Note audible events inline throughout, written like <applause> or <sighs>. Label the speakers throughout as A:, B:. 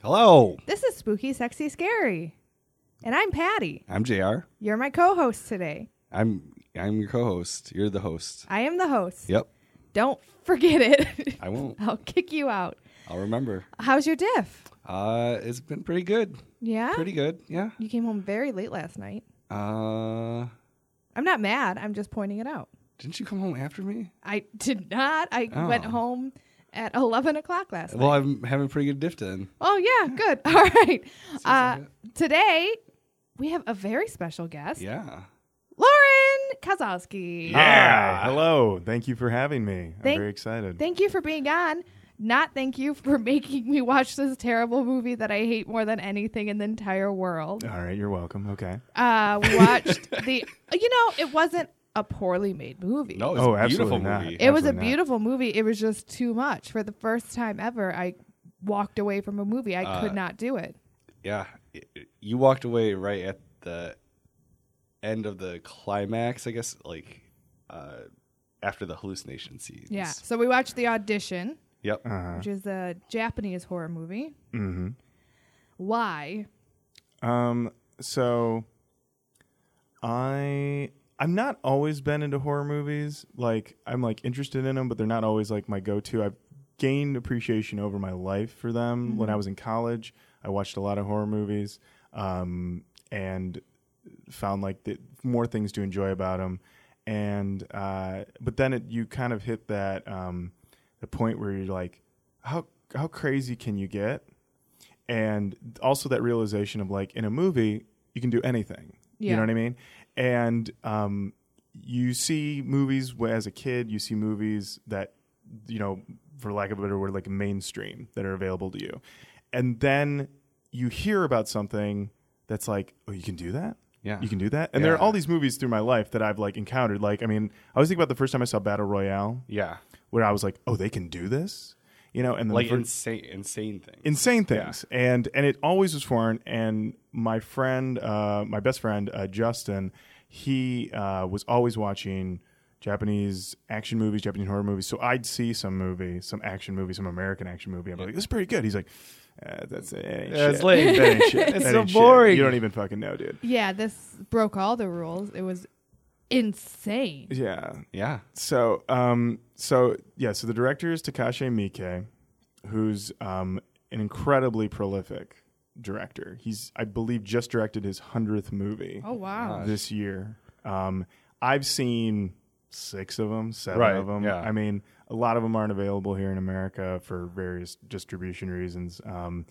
A: Hello,
B: This is Spooky, Sexy, Scary. And I'm Patty.
A: I'm Jr.
B: You're my co host today.
A: I'm I'm your co-host. You're the host.
B: I am the host.
A: Yep,
B: Don't <laughs> forget it.
A: I won't.
B: I'll kick you out.
A: I'll remember.
B: How's your diff?
A: Uh, it's been pretty good.
B: Yeah?
A: Pretty good. Yeah.
B: You came home very late last night.
A: Uh,
B: I'm not mad. I'm just pointing it out.
A: didn't you come home after me?
B: I did not. I went
A: Oh.
B: home at 11 o'clock last night.
A: Well, I'm having a pretty good diff then.
B: Oh, yeah. Good. <laughs> All right. Uh,
A: like
B: today, we have a very special guest,
A: Yeah.
B: Lauren Kozlowski.
A: Yeah.
C: Hi, Ah, hello. Thank you for having me.
B: Thank-
C: I'm very excited.
B: Thank you for being on. Not thank you for <laughs> making me watch this terrible movie that I hate more than anything in the entire world.
C: All right, you're welcome. Okay.
B: Uh, we watched the, you know, it wasn't a poorly made movie.
A: No, it's
C: Oh,
A: a beautiful
C: absolutely not.
A: movie.
B: it was a
C: absolutely not.
B: beautiful movie. It was just too much. For the first time ever, I walked away from a movie. I could not do it.
A: yeah. It- it- You walked away right at the end of the climax, I guess, like uh, after the hallucination scenes.
B: Yeah. So we watched The Audition,
A: Yep.
C: Uh,
B: which is a Japanese horror movie.
C: mhm.
B: Why?
C: Um. So, I I'm not always been into horror movies. Like I'm like interested in them, but they're not always like my go-to. I've gained appreciation over my life for them. When I was in college, I watched a lot of horror movies. Um. And found like the, more things to enjoy about them and uh, but then it, you kind of hit that um, the point where you're like how how crazy can you get and also that realization of like in a movie you can do anything you
B: Yeah.
C: know what i mean and um, you see movies wh- as a kid you see movies that you know for lack of a better word like mainstream that are available to you and then you hear about something that's like oh you can do that
A: Yeah.
C: you can do that. And there are
A: Yeah.
C: all these movies through my life that I've like encountered. Like, I mean, I always think about the first time I saw Battle Royale,
A: Yeah.
C: where I was like, "Oh, they can do this," you know. And then
A: Like
C: the fir-
A: insane, insane things.
C: insane things, and and it always was foreign. And my friend, uh, my best friend uh, Justin, he uh, was always watching Japanese action movies, Japanese horror movies. So I'd see some movie, some action movie, some American action movie. I'm like, "This is pretty good." He's like. Uh, that's it. ain't
A: Yeah, it's
C: shit.
A: lame.
C: That ain't shit.
A: <laughs> It's
C: That
A: so
C: ain't shit.
A: boring."
C: You don't even fucking know, dude.
B: Yeah, this broke all the rules. It was insane.
C: Yeah,
A: yeah.
C: So, um, so yeah, so the director is Takashi Miike, who's um, an incredibly prolific director. He's, I believe, just directed his hundredth movie
B: Oh wow.
C: this year. Um, I've seen six of them, seven
A: Right,
C: of them.
A: yeah.
C: I mean, a lot of them aren't available here in America for various distribution reasons. Um,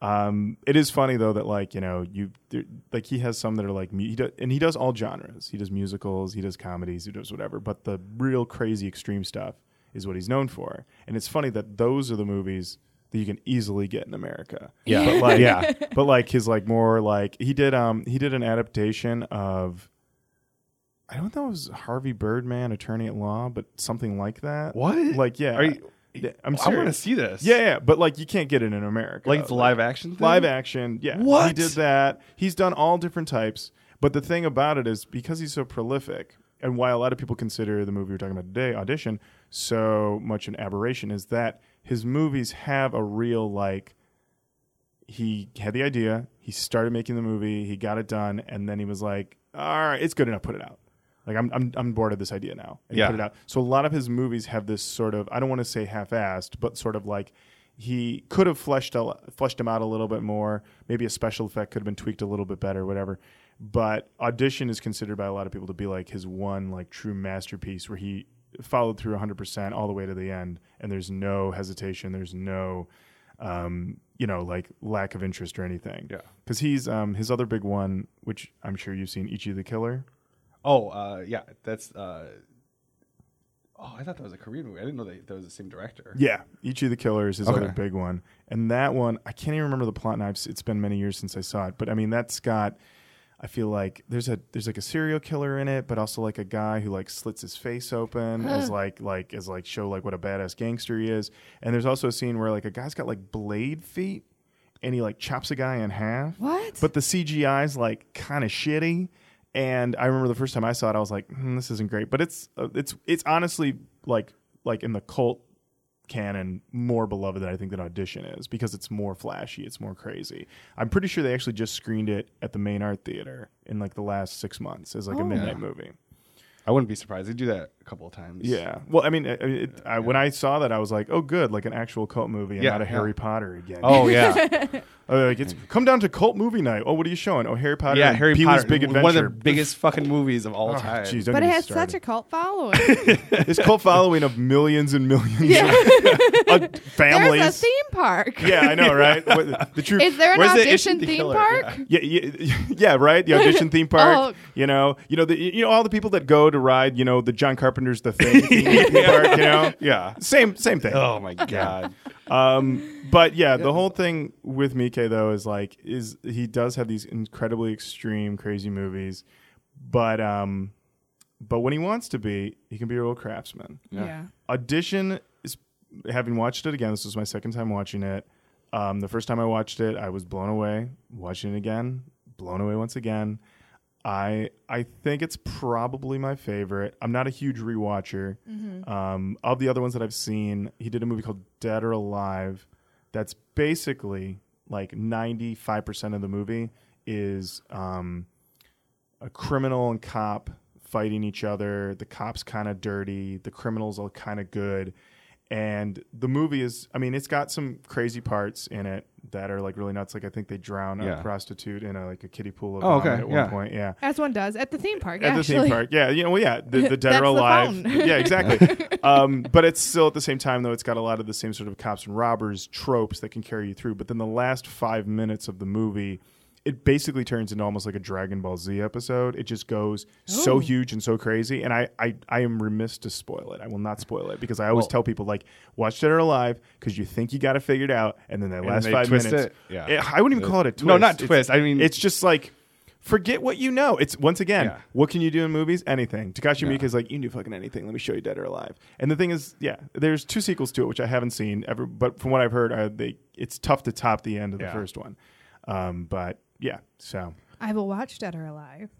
C: um, it is funny though that like you know you there, like he has some that are like mu- he does, and he does all genres. He does musicals, he does comedies, he does whatever. But the real crazy extreme stuff is what he's known for. And it's funny that those are the movies that you can easily get in America.
A: Yeah.
C: but like, <laughs> yeah. But like his like more like he did um he did an adaptation of I don't know if it was Harvey Birdman, Attorney at Law, but something like that.
A: What?
C: Like yeah,
A: Are you-
C: Yeah, I'm
A: I want to
C: serious.
A: see this.
C: Yeah, yeah, but like you can't get it in America.
A: Like it's a live action thing?
C: Live action, yeah.
A: What?
C: He did that. He's done all different types. But the thing about it is because he's so prolific, and why a lot of people consider the movie we're talking about today, Audition, so much an aberration, is that his movies have a real, like, he had the idea, he started making the movie, he got it done, and then he was like, all right, it's good enough, put it out. Like I'm, I'm, I'm bored of this idea now. And he
A: Yeah.
C: put it out. So a lot of his movies have this sort of I don't want to say half-assed, but sort of like he could have fleshed a, lo- fleshed him out a little bit more. Maybe a special effect could have been tweaked a little bit better, whatever. But audition is considered by a lot of people to be like his one like true masterpiece where he followed through 100% all the way to the end, and there's no hesitation, there's no um, you know, like lack of interest or anything.
A: Yeah.
C: Because he's um, his other big one, which I'm sure you've seen, Ichi the Killer.
A: Oh, uh, yeah. That's. Uh, oh, I thought that was a Korean movie. I didn't know that, that was the same director.
C: Yeah, Ichi the Killer is his
A: Okay.
C: other big one, and that one I can't even remember the plot. And I've, it's been many years since I saw it, but I mean that's got. I feel like there's a there's like a serial killer in it, but also like a guy who like slits his face open as like like as like show like what a badass gangster he is. And there's also a scene where like a guy's got like blade feet, and he like chops a guy in half.
B: What?
C: But the CGI's like kind of shitty. And I remember the first time I saw it, I was like, hmm, "This isn't great." But it's uh, it's it's honestly like like in the cult canon more beloved than I think than Audition is because it's more flashy, it's more crazy. I'm pretty sure they actually just screened it at the Main Art Theater in like the last six months as like
B: Oh.
C: a midnight movie.
A: I wouldn't be surprised. They do that a couple of times.
C: Yeah. Well, I mean, I, I- it, I, when I saw that, I was like, oh, good, like an actual cult movie and
A: Yeah,
C: not a
A: yeah.
C: Harry Potter again.
A: Oh <laughs> yeah.
C: <laughs> Uh, like it's come down to cult movie night. Oh, what are you showing? Oh, Harry Potter.
A: yeah.
C: and
A: Harry
C: Pee-wee's
A: Potter.
C: Big Adventure.
A: One of the biggest fucking movies of all
C: Oh,
A: time.
C: jeez, don't
B: But
C: get
B: it
C: me
B: had
C: started.
B: such <laughs> a cult following.
C: this cult following of millions and millions
B: yeah.
C: of uh, families.
B: There's a theme park.
C: yeah, I know,
B: <laughs>
C: right? What, the true.
B: Is there an
A: Where's the
B: audition
A: Ishii the
B: theme
A: Killer?
B: park?
C: yeah, yeah, yeah, right. The audition theme park.
B: <laughs> Oh.
C: You know, you know, the, you know all the people that go to ride. You know, the John Carpenter's the thing.
B: <laughs>
C: theme park, you know,
A: Yeah.
C: same same thing.
A: Oh <laughs> my god.
C: Um, but yeah, the whole thing with Mike though is like is he does have these incredibly extreme, crazy movies, but um, but when he wants to be, he can be a real craftsman.
B: Yeah.
C: Audition is having watched it again. This was my second time watching it. Um, the first time I watched it, I was blown away. Watching it again, blown away once again. I I think it's probably my favorite. I'm not a huge rewatcher. Um, of the other ones that I've seen, he did a movie called Dead or Alive. That's basically like 95 percent of the movie is um, a criminal and cop fighting each other. The cop's kind of dirty. The criminals are kind of good. And the movie is, I mean, it's got some crazy parts in it that are like really nuts. Like I think they drown a
A: Yeah.
C: prostitute in a, like a kiddie pool of
A: Oh,
C: vomit
A: okay,
C: at
A: yeah.
C: one point. Yeah.
B: As one does at the theme park.
C: At the
B: actually.
C: theme park, yeah, you know, well, yeah, the,
B: <laughs>
C: the dead
B: That's
C: or
B: the
C: alive,
B: phone. <laughs>
C: yeah, exactly. um, but it's still at the same time though, it's got a lot of the same sort of cops and robbers tropes that can carry you through. But then the last five minutes of the movie, it basically turns into almost like a Dragon Ball Z episode. It just goes so
B: Ooh.
C: huge and so crazy, and I, I, I am remiss to spoil it. I will not spoil it because I always
A: Well-
C: tell people like watch Dead or Alive because you think you got it figured out, and then the last
A: they
C: five
A: twist
C: minutes,
A: it? Yeah.
C: I wouldn't even call it a twist.
A: No, not
C: It's-
A: twist. I mean-
C: it's just like forget what you know. It's once again,
A: Yeah.
C: what can you do in movies? Anything. Takashi
A: Yeah.
C: Miike's like, you can do fucking anything. Let me show you Dead or Alive. And the thing is, yeah, there's two sequels to it which I haven't seen ever, but from what I've heard, uh, they it's tough to top the end of the
A: Yeah.
C: first one. Um, but yeah, so
B: I will watch Dead or Alive.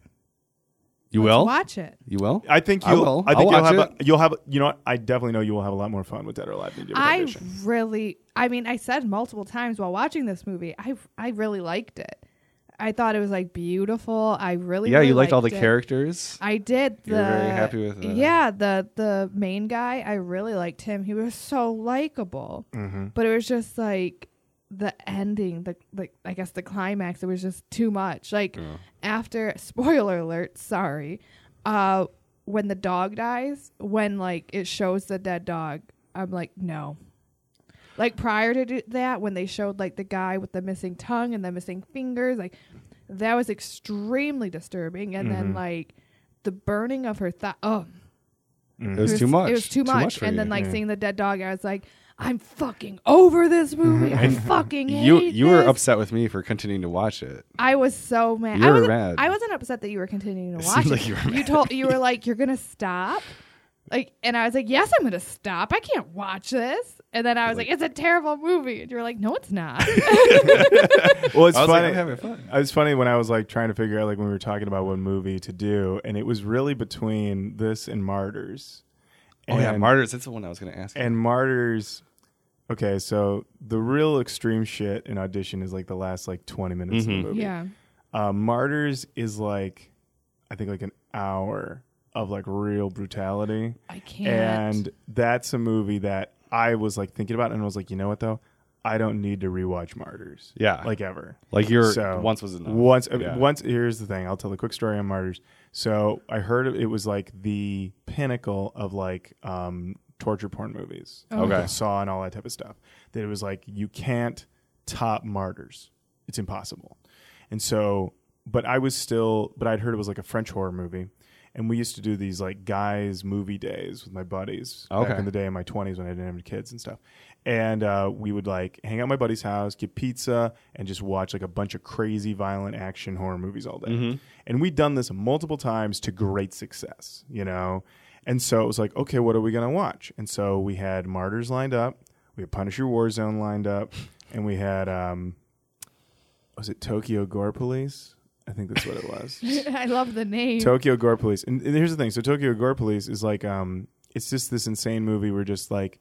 A: You
B: Let's
A: will.
B: watch it.
A: You will.
C: I think
A: I
C: you'll, I,
A: will. I'll
C: think you'll
A: watch
C: have, a,
A: it.
C: you'll have, you know, what? I definitely know you will have a lot more fun with Dead or Alive than you did with
B: I <laughs>
C: Audition.
B: really, I mean, I said multiple times while watching this movie, I I really liked it. I thought it was like beautiful. I really,
A: yeah,
B: really
A: you liked all the
B: it.
A: characters.
B: I did. The,
A: You were very happy with, uh,
B: yeah, the the main guy. I really liked him. He was so likable.
A: Mm-hmm.
B: But it was just like the ending, the like I guess the climax. It was just too much. Like after <laughs> spoiler alert, sorry. Uh, when the dog dies, when like it shows the dead dog, I'm like no. Like prior to do that, when they showed like the guy with the missing tongue and the missing fingers, like that was extremely disturbing. And
A: Mm-hmm.
B: then like the burning of her thigh. Oh,
C: Mm-hmm.
A: It was too much.
B: It was too, much.
A: for
B: and
A: you.
B: then like
C: Yeah.
B: seeing the dead dog, I was like, I'm fucking over this movie. I fucking hate
A: Mm-hmm. you you were
B: this."
A: upset with me for continuing to watch it.
B: I was so mad.
A: You
B: I
A: were
B: wasn't,
A: mad.
B: I wasn't upset that you were continuing to
A: seemed
B: watch it.
A: like you were mad
B: told you were like, you're gonna stop. Like, and I was like, yes, I'm gonna stop. I can't watch this. And then I was like, it's a terrible movie. And you were like, no, it's
A: <laughs>
B: not.
C: well, it's
A: I was like,
C: funny.
A: I'm having fun.
C: It was funny when I was like trying to figure out like when we were talking about what movie to do, and it was really between this and Martyrs.
A: oh yeah,
C: And-
A: Martyrs. That's the one I was going to ask. you.
C: and Martyrs. Okay, so the real extreme shit in audition is like the last like twenty minutes of the movie.
B: yeah.
C: Uh, Martyrs is like, I think like an hour of like real brutality.
B: I can't.
C: And that's a movie that I was like thinking about, and I was like, you know what though, I don't need to rewatch Martyrs.
A: Yeah.
C: like ever.
A: like your
C: So-
A: once was enough.
C: Once, uh,
A: Yeah.
C: once. Here's the thing. I'll tell the quick story on martyrs. So I heard it was like the pinnacle of like um, torture porn movies.
A: Okay.
C: Like Saw and all that type of stuff. That it was like you can't top martyrs. It's impossible. And so, but I was still, but I'd heard it was like a French horror movie. And we used to do these like guys movie days with my buddies back
A: Okay.
C: in the day in my 20s when I didn't have any kids and stuff. And uh, we would like hang out at my buddy's house, get pizza, and just watch like a bunch of crazy, violent action horror movies all
A: Mm-hmm.
C: day. And we'd done this multiple times to great success, you know? And so it was like, okay, what are we going to watch? And so we had Martyrs lined up, we had Punisher Warzone lined up, and we had, um, was it Tokyo Gore Police? I think that's what it was.
B: <laughs> I love the name.
C: Tokyo Gore Police. And, and here's the thing. So Tokyo Gore Police is like um it's just this insane movie where just like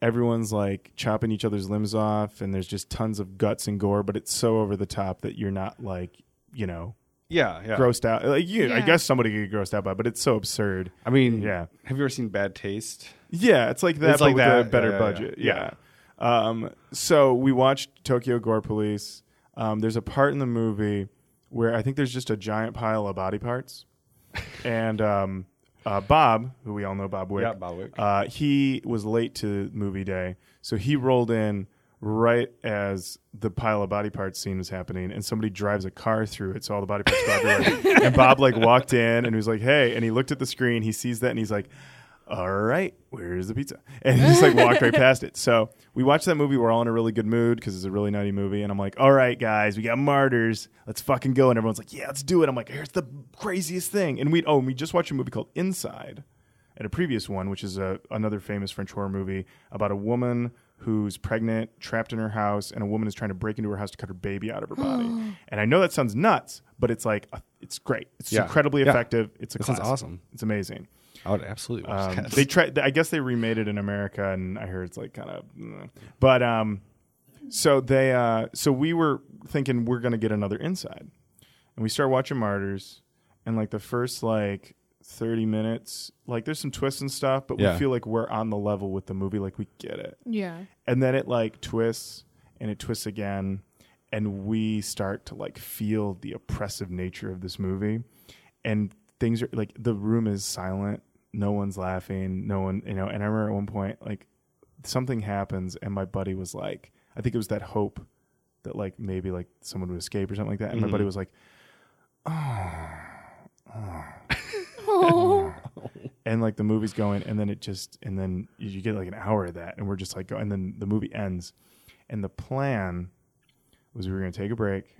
C: everyone's like chopping each other's limbs off and there's just tons of guts and gore, but it's so over the top that you're not like, you know,
A: Yeah, yeah.
C: grossed out. Like you, I
B: Yeah.
C: guess somebody could get grossed out by, it, but it's so absurd.
A: I mean,
C: Yeah.
A: Have you ever seen Bad Taste?
C: Yeah, it's like that,
A: It's
C: but
A: like
C: with a
A: that.
C: better
A: Yeah, yeah,
C: budget.
A: yeah.
C: Yeah. Um, so we watched Tokyo Gore Police. Um, there's a part in the movie where I think there's just a giant pile of body parts, and um, uh, Bob, who we all know, Bob Wick.
A: Yeah, Bob Wick.
C: Uh, he was late to movie day, so he rolled in right as the pile of body parts scene was happening, and somebody drives a car through it, so all the body parts go everywhere. and Bob like walked in and he was like, "Hey!" And he looked at the screen, he sees that, and he's like, "All right, where's the pizza?" <laughs> And he just like walked right past it. So we watched that movie. We're all in a really good mood because it's a really nutty movie, and I'm like, "All right, guys, we got martyrs. Let's fucking go!" And everyone's like, "Yeah, let's do it." I'm like, "Here's the craziest thing," and we oh, and we just watched a movie called Inside at a previous one, which is a, another famous French horror movie about a woman who's pregnant, trapped in her house, and a woman is trying to break into her house to cut her baby out of her body. and I know that sounds nuts, but it's like uh, it's great. It's
A: Yeah.
C: incredibly
A: Yeah.
C: effective. It's a
A: That sounds
C: classic.
A: awesome.
C: It's amazing.
A: I would absolutely watch
C: Um,
A: that.
C: they tried. I guess they remade it in America, and I heard it's like kind of, mm. but um, so they uh, so we were thinking we're gonna get another inside, and we start watching Martyrs, and like the first like thirty minutes, like there's some twists and stuff, but
A: Yeah.
C: we feel like we're on the level with the movie, like we get it, <laughs>
B: Yeah.
C: and then it like twists and it twists again and we start to like feel the oppressive nature of this movie and things are like the room is silent no one's laughing no one you know and i remember at one point like something happens and my buddy was like i think it was that hope that like maybe like someone would escape or something like that and my buddy was like "Ah."
B: Oh.
C: and like the movie's going and then it just and then you- you get like an hour of that and we're just like go and then the movie ends and the plan was we were going to take a break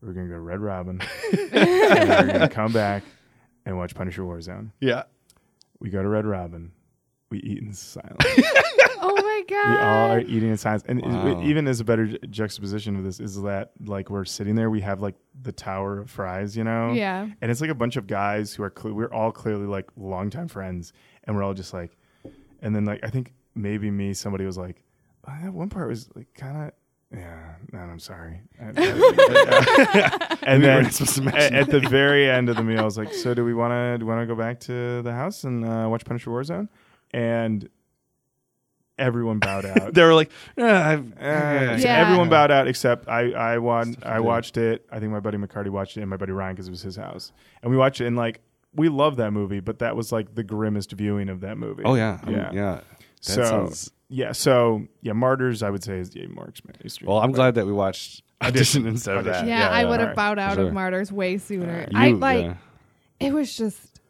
C: we were going to go to red robin <laughs> and we were going to come back and watch punisher warzone
A: <laughs> yeah.
C: we go to red robin we eat in silence
B: oh my <laughs>
C: we all are
B: god.
C: eating in silence and it-
A: Wow.
C: even as a better ju- juxtaposition of this is that like we're sitting there we have like the tower of fries you know <laughs>
B: Yeah.
C: and it's like a bunch of guys who are cle we're all clearly like longtime friends, and we're all just like, and then like I think maybe me somebody was like, "Oh, that one part was like kind of yeah, no, I'm sorry, I- I- and
A: we're
C: then
A: not supposed to
C: a- at,
A: mention
C: the very end of the meal, I
A: <laughs>
C: was like, so do we want to do want to go back to the house and uh, watch Punisher Warzone, and everyone bowed out.
A: They were like, "Ah, I've-
C: Uh,
A: yeah.
C: so
B: Yeah.
C: Everyone bowed out except I. I, won,
A: Stuff to
C: I
A: do.
C: watched it. I think my buddy McCarty watched it, and my buddy Ryan because it was his house, and we watched it. And like, we love that movie, but that was like the grimmest viewing of that movie.
A: Oh yeah, I mean,
C: yeah,
A: yeah. That
C: So
A: sounds
C: yeah. So yeah, Martyrs. I would say is yeah, more experienced.
A: well. I'm glad that we watched
C: <laughs> Audition.
A: audition instead of
C: Audition.
B: Yeah,
A: that.
C: yeah,
B: I
C: yeah,
B: would have
C: alright.
B: bowed out
A: Sure.
B: of martyrs way sooner.
A: You-
B: I like
A: yeah.
B: it was just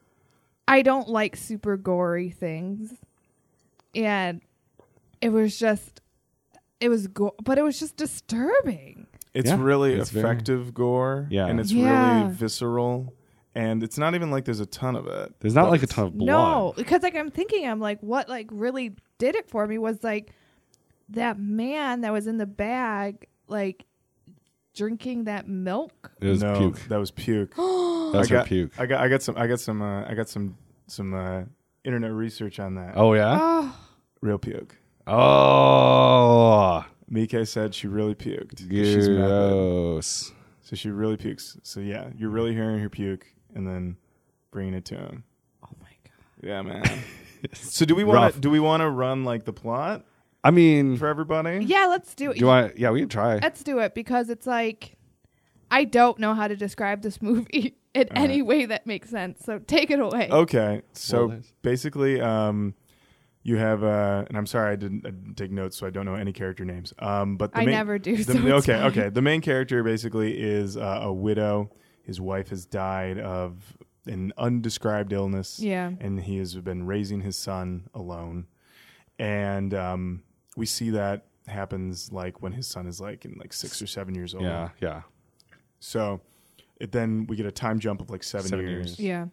B: I don't like super gory things. And it was just it was go- but it was just disturbing.
C: It's
A: Yeah.
C: really
A: It's very-
C: effective gore.
A: Yeah.
C: and it's
B: Yeah.
C: really visceral, and it's not even like there's a ton of it.
A: There's not
C: but
A: like a
C: it's-
A: ton of blood.
B: No, because like I'm thinking I'm like what like really did it for me was like that man that was in the bag like drinking that milk.
A: It was
C: no, <gasps>
A: puke.
C: That was puke.
A: That was
C: I
A: her
C: got <laughs>
A: puke.
C: I got. I got some. I got some. Uh, I got some. Some uh, internet research on that.
A: oh yeah.
B: Oh,
C: Real puke.
A: Oh,
C: Mika said she really puked. 'cause she's mad.
A: gross.
C: So she really pukes. So yeah, you're really hearing her puke and then bringing it to him.
B: oh my god.
C: Yeah, man. <laughs> so do we want
A: rough.
C: to do we want to run like the plot
A: I mean,
C: for everybody?
B: Yeah, let's do it.
A: do I? Yeah, we can try.
B: let's do it because it's like I don't know how to describe this movie <laughs> in
A: Uh-huh.
B: any way that makes sense. So take it away.
A: Oh.
C: Okay. So
A: Well, nice.
C: basically, um, you have uh, and I'm sorry I didn't, I didn't take notes, so I don't know any character names. Um, but the
B: I
C: main-
B: never do,
C: the-
B: so it's
C: okay,
B: fine.
C: okay. The main character basically is uh, a widow. His wife has died of an undescribed illness.
B: Yeah.
C: and he has been raising his son alone. And um, we see that happens like when his son is like in like six or seven years old.
A: Yeah, yeah.
C: So it, then we get a time jump of like seven,
A: Seven years.
C: years.
B: Yeah.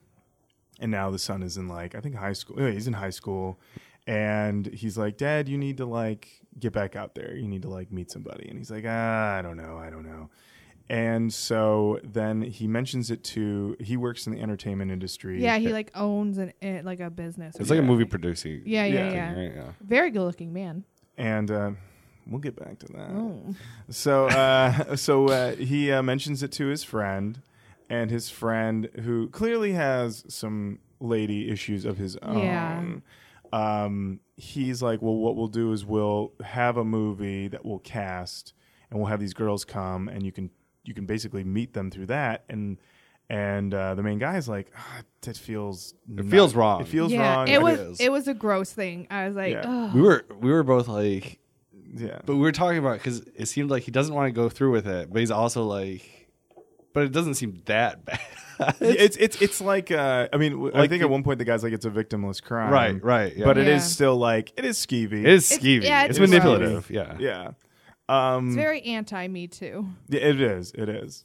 C: And now the son is in like I think high school. Yeah, he's in high school, and he's like, "Dad, you need to like get back out there. You need to like meet somebody." And he's like, "Ah, I don't know, I don't know." And so then he mentions it to he works in the entertainment industry.
B: Yeah, he like owns an eh, like a business. or
A: It's like a movie
B: something.
A: producing.
B: Yeah, yeah,
C: Yeah.
B: yeah.
A: thing, right? Yeah.
B: Very good looking man.
C: and uh, we'll get back to that.
B: Mm.
C: So, uh, so uh, he uh, mentions it to his friend, and his friend, who clearly has some lady issues of his own,
B: Yeah.
C: um, he's like, "Well, what we'll do is we'll have a movie that we'll cast, and we'll have these girls come, and you can you can basically meet them through that." And and uh, the main guy's like, ah, "That feels it
A: feels wrong.
C: It feels
B: yeah,
C: wrong.
B: it was
A: is.
B: it was a gross thing. I was like,
C: Yeah.
B: ugh.
A: We were we were both like,
C: yeah."
A: but we were talking about because it seemed like he doesn't want to go through with it, but he's also like, but it doesn't seem that <laughs> bad.
C: it's it's it's like uh, I mean, w I I
A: Like
C: think
A: the-
C: at one point the guy's like, "It's a victimless crime,"
A: Right, right, yeah.
C: But it
B: Yeah.
C: is still like it is skeevy.
A: it is
B: It's-
A: skeevy. It's,
B: yeah, it's gross.
A: manipulative. Yeah.
C: yeah. Um,
B: it's very anti Me Too.
C: Yeah, It is. It is.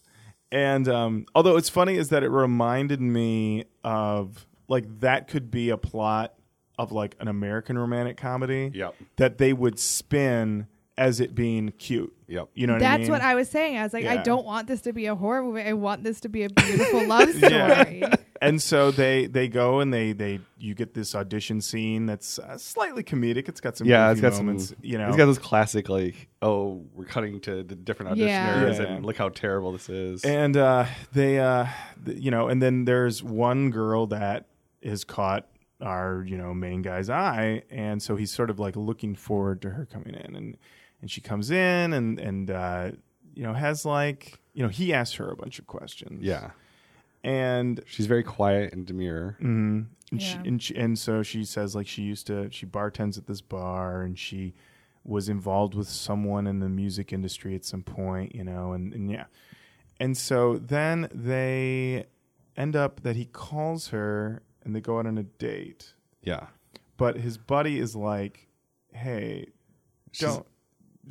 C: And um, although it's funny is that it reminded me of like that could be a plot of like an American romantic comedy.
A: Yep.
C: That they would spin as it being cute.
A: Yep.
C: You know what
B: That's
C: I mean?
B: what I was saying. I was like, I
C: Yeah.
B: don't want this to be a horror movie. I want this to be a beautiful
C: <laughs>
B: love story.
C: and so they they go and they they you get this audition scene that's uh, slightly comedic. It's got some
A: Yeah, it's
C: goofy
A: got
C: moments,
A: some.
C: you know.
A: it's got those classic like, oh, we're cutting to the different auditioners,
B: Yeah.
C: Yeah.
A: and look how terrible this is.
C: And uh, they, uh, th- you know, and then there's one girl that has caught our, you know, main guy's eye, and so he's sort of like looking forward to her coming in, and and she comes in, and and uh, you know has like, you know, he asks her a bunch of questions,
A: yeah,
C: and
A: she's very quiet and demure.
C: and,
B: Yeah.
C: she, and, she, and so she says like she used to she bartends at this bar and she was involved with someone in the music industry at some point you know and, and yeah and so then they end up that he calls her and they go out on a date
A: Yeah,
C: but his buddy is like hey
A: She's-
C: don't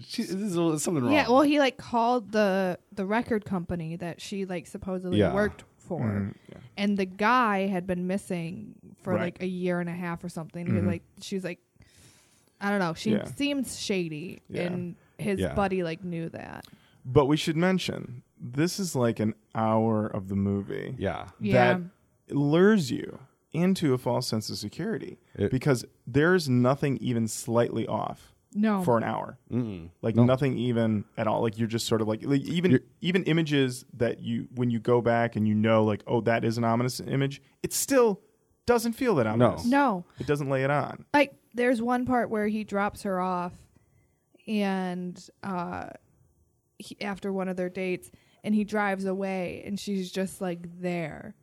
A: she, there's a little- something wrong.
B: yeah, well, he like called the the record company that she like supposedly
A: Yeah.
B: worked for,
C: Mhm, yeah.
B: and the guy had been missing for
C: Right.
B: like a year and a half or something. He was
C: Mhm.
B: like, she was like, I don't know. She
C: Yeah.
B: seems shady,
C: Yeah.
B: and his
A: Yeah.
B: buddy like knew that.
C: but we should mention this is like an hour of the movie
A: yeah,
B: Yeah.
C: that lures you into a false sense of security
A: It-
C: because there's nothing even slightly off
B: No,
C: for an hour.
A: Mm-mm.
C: Like
A: No.
C: nothing even at all. Like you're just sort of like, like even
A: You're-
C: even images that you when you go back and you know like oh that is an ominous image. It still doesn't feel that ominous.
B: no.
C: It doesn't lay it on.
B: like there's one part where he drops her off and uh he, after one of their dates and he drives away and she's just like there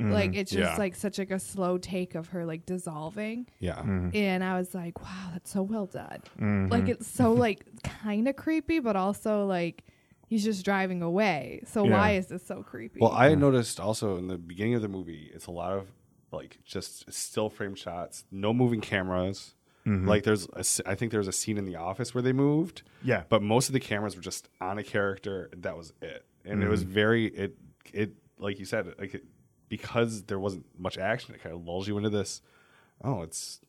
C: Mm-hmm.
B: like it's just
A: Yeah.
B: like such like a slow take of her like dissolving
A: yeah.
C: Mm-hmm.
B: and i was like wow that's so well done like it's so like kind of creepy but also like he's just driving away so
C: Yeah.
B: why is this so creepy
A: Well, I noticed also in the beginning of the movie, it's a lot of like just still frame shots, no moving cameras. Like there's, a s I think there's a scene in the office where they moved,
C: Yeah.
A: but most of the cameras were just on a character. That was it, and it was very it it like you said like it, because there wasn't much action, it kind of lulls you into this. Oh, it's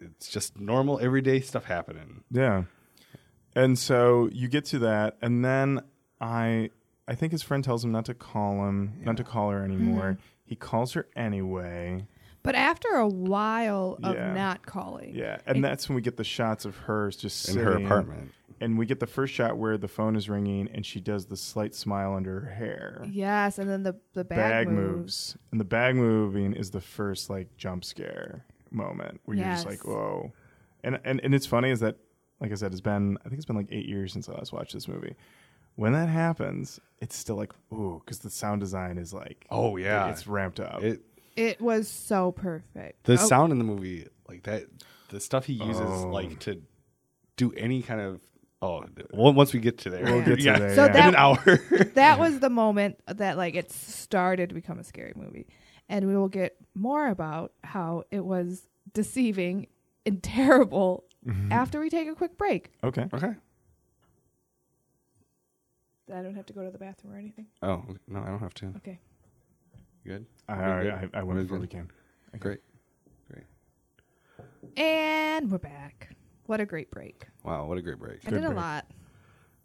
A: it's just normal everyday stuff happening.
C: Yeah. And so you get to that, and then I I think his friend tells him not to call him, not to call her anymore.
B: Mm-hmm.
C: He calls her anyway.
B: but after a while of
C: Yeah.
B: not calling
C: Yeah, and that's when we get the shots of hers just
A: In her
C: sitting.
A: apartment.
C: and we get the first shot where the phone is ringing, and she does the slight smile under her hair.
B: yes and then the the bag,
C: Bag, moves.
B: moves
C: and the bag moving is the first like jump scare moment where you're just
B: Yes.
C: like, whoa. And and and it's funny is that, like I said, it's been I think it's been like eight years since I last watched this movie. When that happens, it's still like ooh, because the sound design is like
A: Oh yeah,
C: it's ramped up.
A: it
B: It was so perfect.
A: the
B: Oh,
A: sound in the movie like that the stuff he uses
C: Oh.
A: like to do any kind of oh th- on- once we get to there
B: We'll
A: <laughs>
C: get to there,
B: So
A: in
B: yeah. that-
A: an hour <laughs>
B: That was the moment that like it started to become a scary movie. And we will get more about how it was deceiving and <laughs> terrible
A: Mm-hmm.
B: after we take a quick break.
C: okay,
A: okay
B: I don't have to go to the bathroom or anything.
A: oh no i don't have to
B: Okay.
A: You good
C: I
A: We're good.
C: I, I went
A: We're
C: before
A: good.
C: we came.
A: great great
B: And we're back. What a great break.
A: wow what a great break
B: I did
C: break.
B: a lot.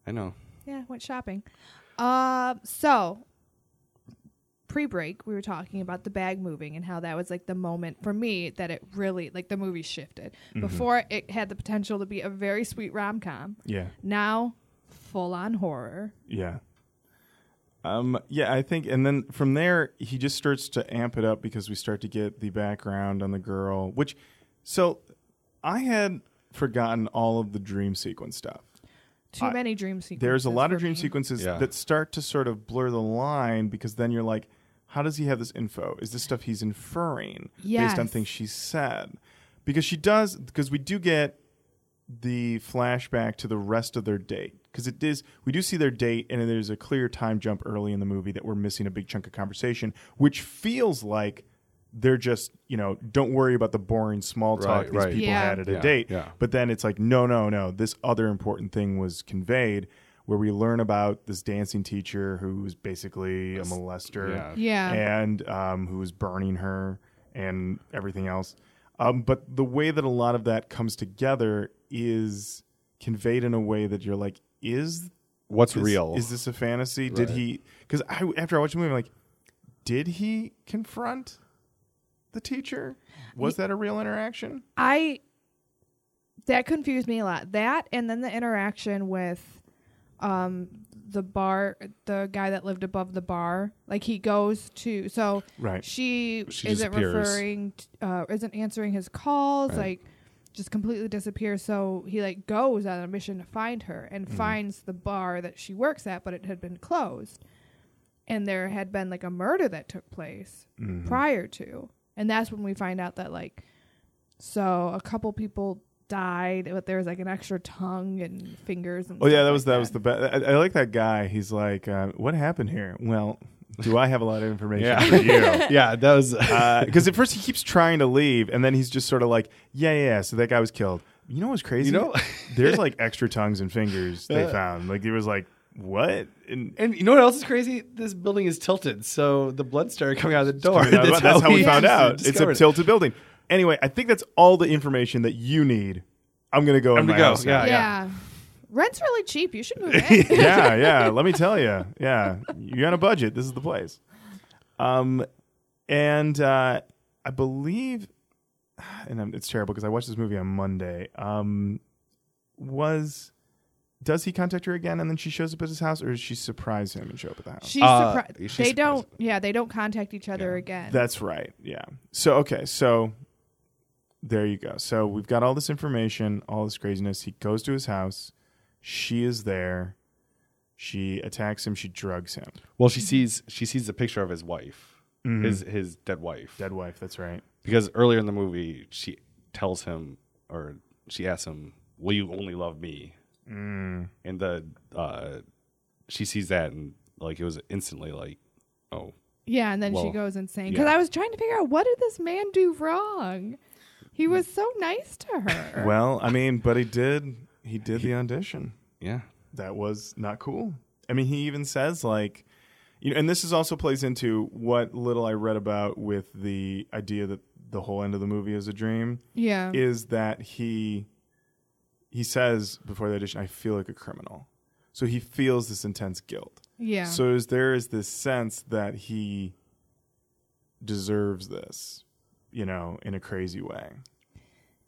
A: i know
B: Yeah, went shopping. Um, so Uh, pre-break we were talking about the bag moving and how that was like the moment for me that it really like the movie shifted.
C: Mm-hmm.
B: Before it had the potential to be a very sweet rom-com.
C: Yeah.
B: Now full on horror.
C: Yeah. Um, yeah, I think, and then from there, he just starts to amp it up because we start to get the background on the girl, which, so I had forgotten all of the dream sequence stuff.
B: Too
C: I-
B: many dream sequences.
C: There's a lot of
B: for
C: dream
B: me.
C: sequences
A: Yeah.
C: that start to sort of blur the line because then you're like, how does he have this info? Is this stuff he's inferring based on
B: Yes.
C: things she said? Because she does, because we do get the flashback to the rest of their date. Because it is, we do see their date, and there's a clear time jump early in the movie that we're missing a big chunk of conversation, which feels like they're just, you know, don't worry about the boring small talk
A: Right,
C: these
A: right.
C: people
B: Yeah.
C: had at a
A: Yeah,
C: date.
A: yeah.
C: But then it's like, no, no, no. This other important thing was conveyed where we learn about this dancing teacher who's basically a molester
A: Yeah.
B: Yeah.
C: and um, who was burning her and everything else. Um, but the way that a lot of that comes together is conveyed in a way that you're like, is
A: What's
C: this-
A: real?
B: <laughs>
C: Is this a fantasy? Did
A: Right.
C: he? Because I after I watched the movie, I'm like, did he confront the teacher? Was that a real interaction?
B: I that confused me a lot. That and then the interaction with um the bar the guy that lived above the bar. Like he goes to so
C: Right.
B: she,
A: She
B: isn't
A: disappears.
B: referring t- uh isn't answering his calls,
A: Right.
B: like just completely disappears so he like goes on a mission to find her and
C: Mm-hmm.
B: finds the bar that she works at but it had been closed and there had been like a murder that took place
C: Mm-hmm.
B: prior to and that's when we find out that like so a couple people died, but there was like an extra tongue and fingers. And
C: Oh yeah,
B: stuff
C: that was
B: like
C: that was the best. I, I like that guy. He's like, uh, what happened here? Well, do I have a lot of information
A: Yeah.
C: for you?
A: <laughs> yeah, that
C: <laughs>
A: was. uh,
C: Because at first he keeps trying to leave, and then he's just sort of like, yeah, yeah. yeah, So that guy was killed. You know what's crazy?
A: You know- <laughs>
C: there's like extra tongues and fingers they
A: Yeah.
C: found. Like there was like what? And
A: and you know what else is crazy? This building is tilted, so the blood started coming out of the door.
C: Yeah, that's, how, we
A: <laughs>
C: found
A: dis-
C: out. It's
A: discovered
C: a
A: it.
C: tilted building. Anyway, I think that's all the information that you need. I'm gonna go.
A: I'm
C: in
A: gonna
C: my
A: go,
C: house now.
A: yeah.
B: that. yeah. Rent's really cheap. You
C: <laughs>
B: should move in.
C: yeah, yeah. Let me tell you. Yeah, you're on a budget. This is the place. Um, and uh, I believe, and I'm, it's terrible because I watched this movie on Monday. Um, was does he contact her again, and then she shows up at his house, or does she surprise him and show up at the house?
B: She's
A: Uh,
B: surprised.
A: she's
B: they
A: surprised.
B: don't. Yeah, they don't contact each other again.
C: That's right. Yeah. So okay. So there you go. So we've got all this information, all this craziness. He goes to his house. She is there. She attacks him. She drugs him.
A: Well, she sees she sees a picture of his wife, his his dead wife,
C: Mm-hmm. Dead wife. That's right.
A: because earlier in the movie she tells him or she asks him, "Will you only love me?" Mm. And the uh, she sees that and like it was instantly like, oh,
B: yeah, and then she
A: Well,
B: goes insane because
A: yeah.
B: I was trying to figure out what did this man do wrong. He was so nice to her.
C: Well, I mean, but he did. He did the audition.
A: yeah,
C: That was not cool. I mean, he even says like, you know, and this is also plays into what little I read about with the idea that the whole end of the movie is a dream.
B: yeah.
C: is that he he says before the audition, I feel like a criminal. So he feels this intense guilt.
B: yeah.
C: So is, there is this sense that he deserves this, you know, in a crazy way.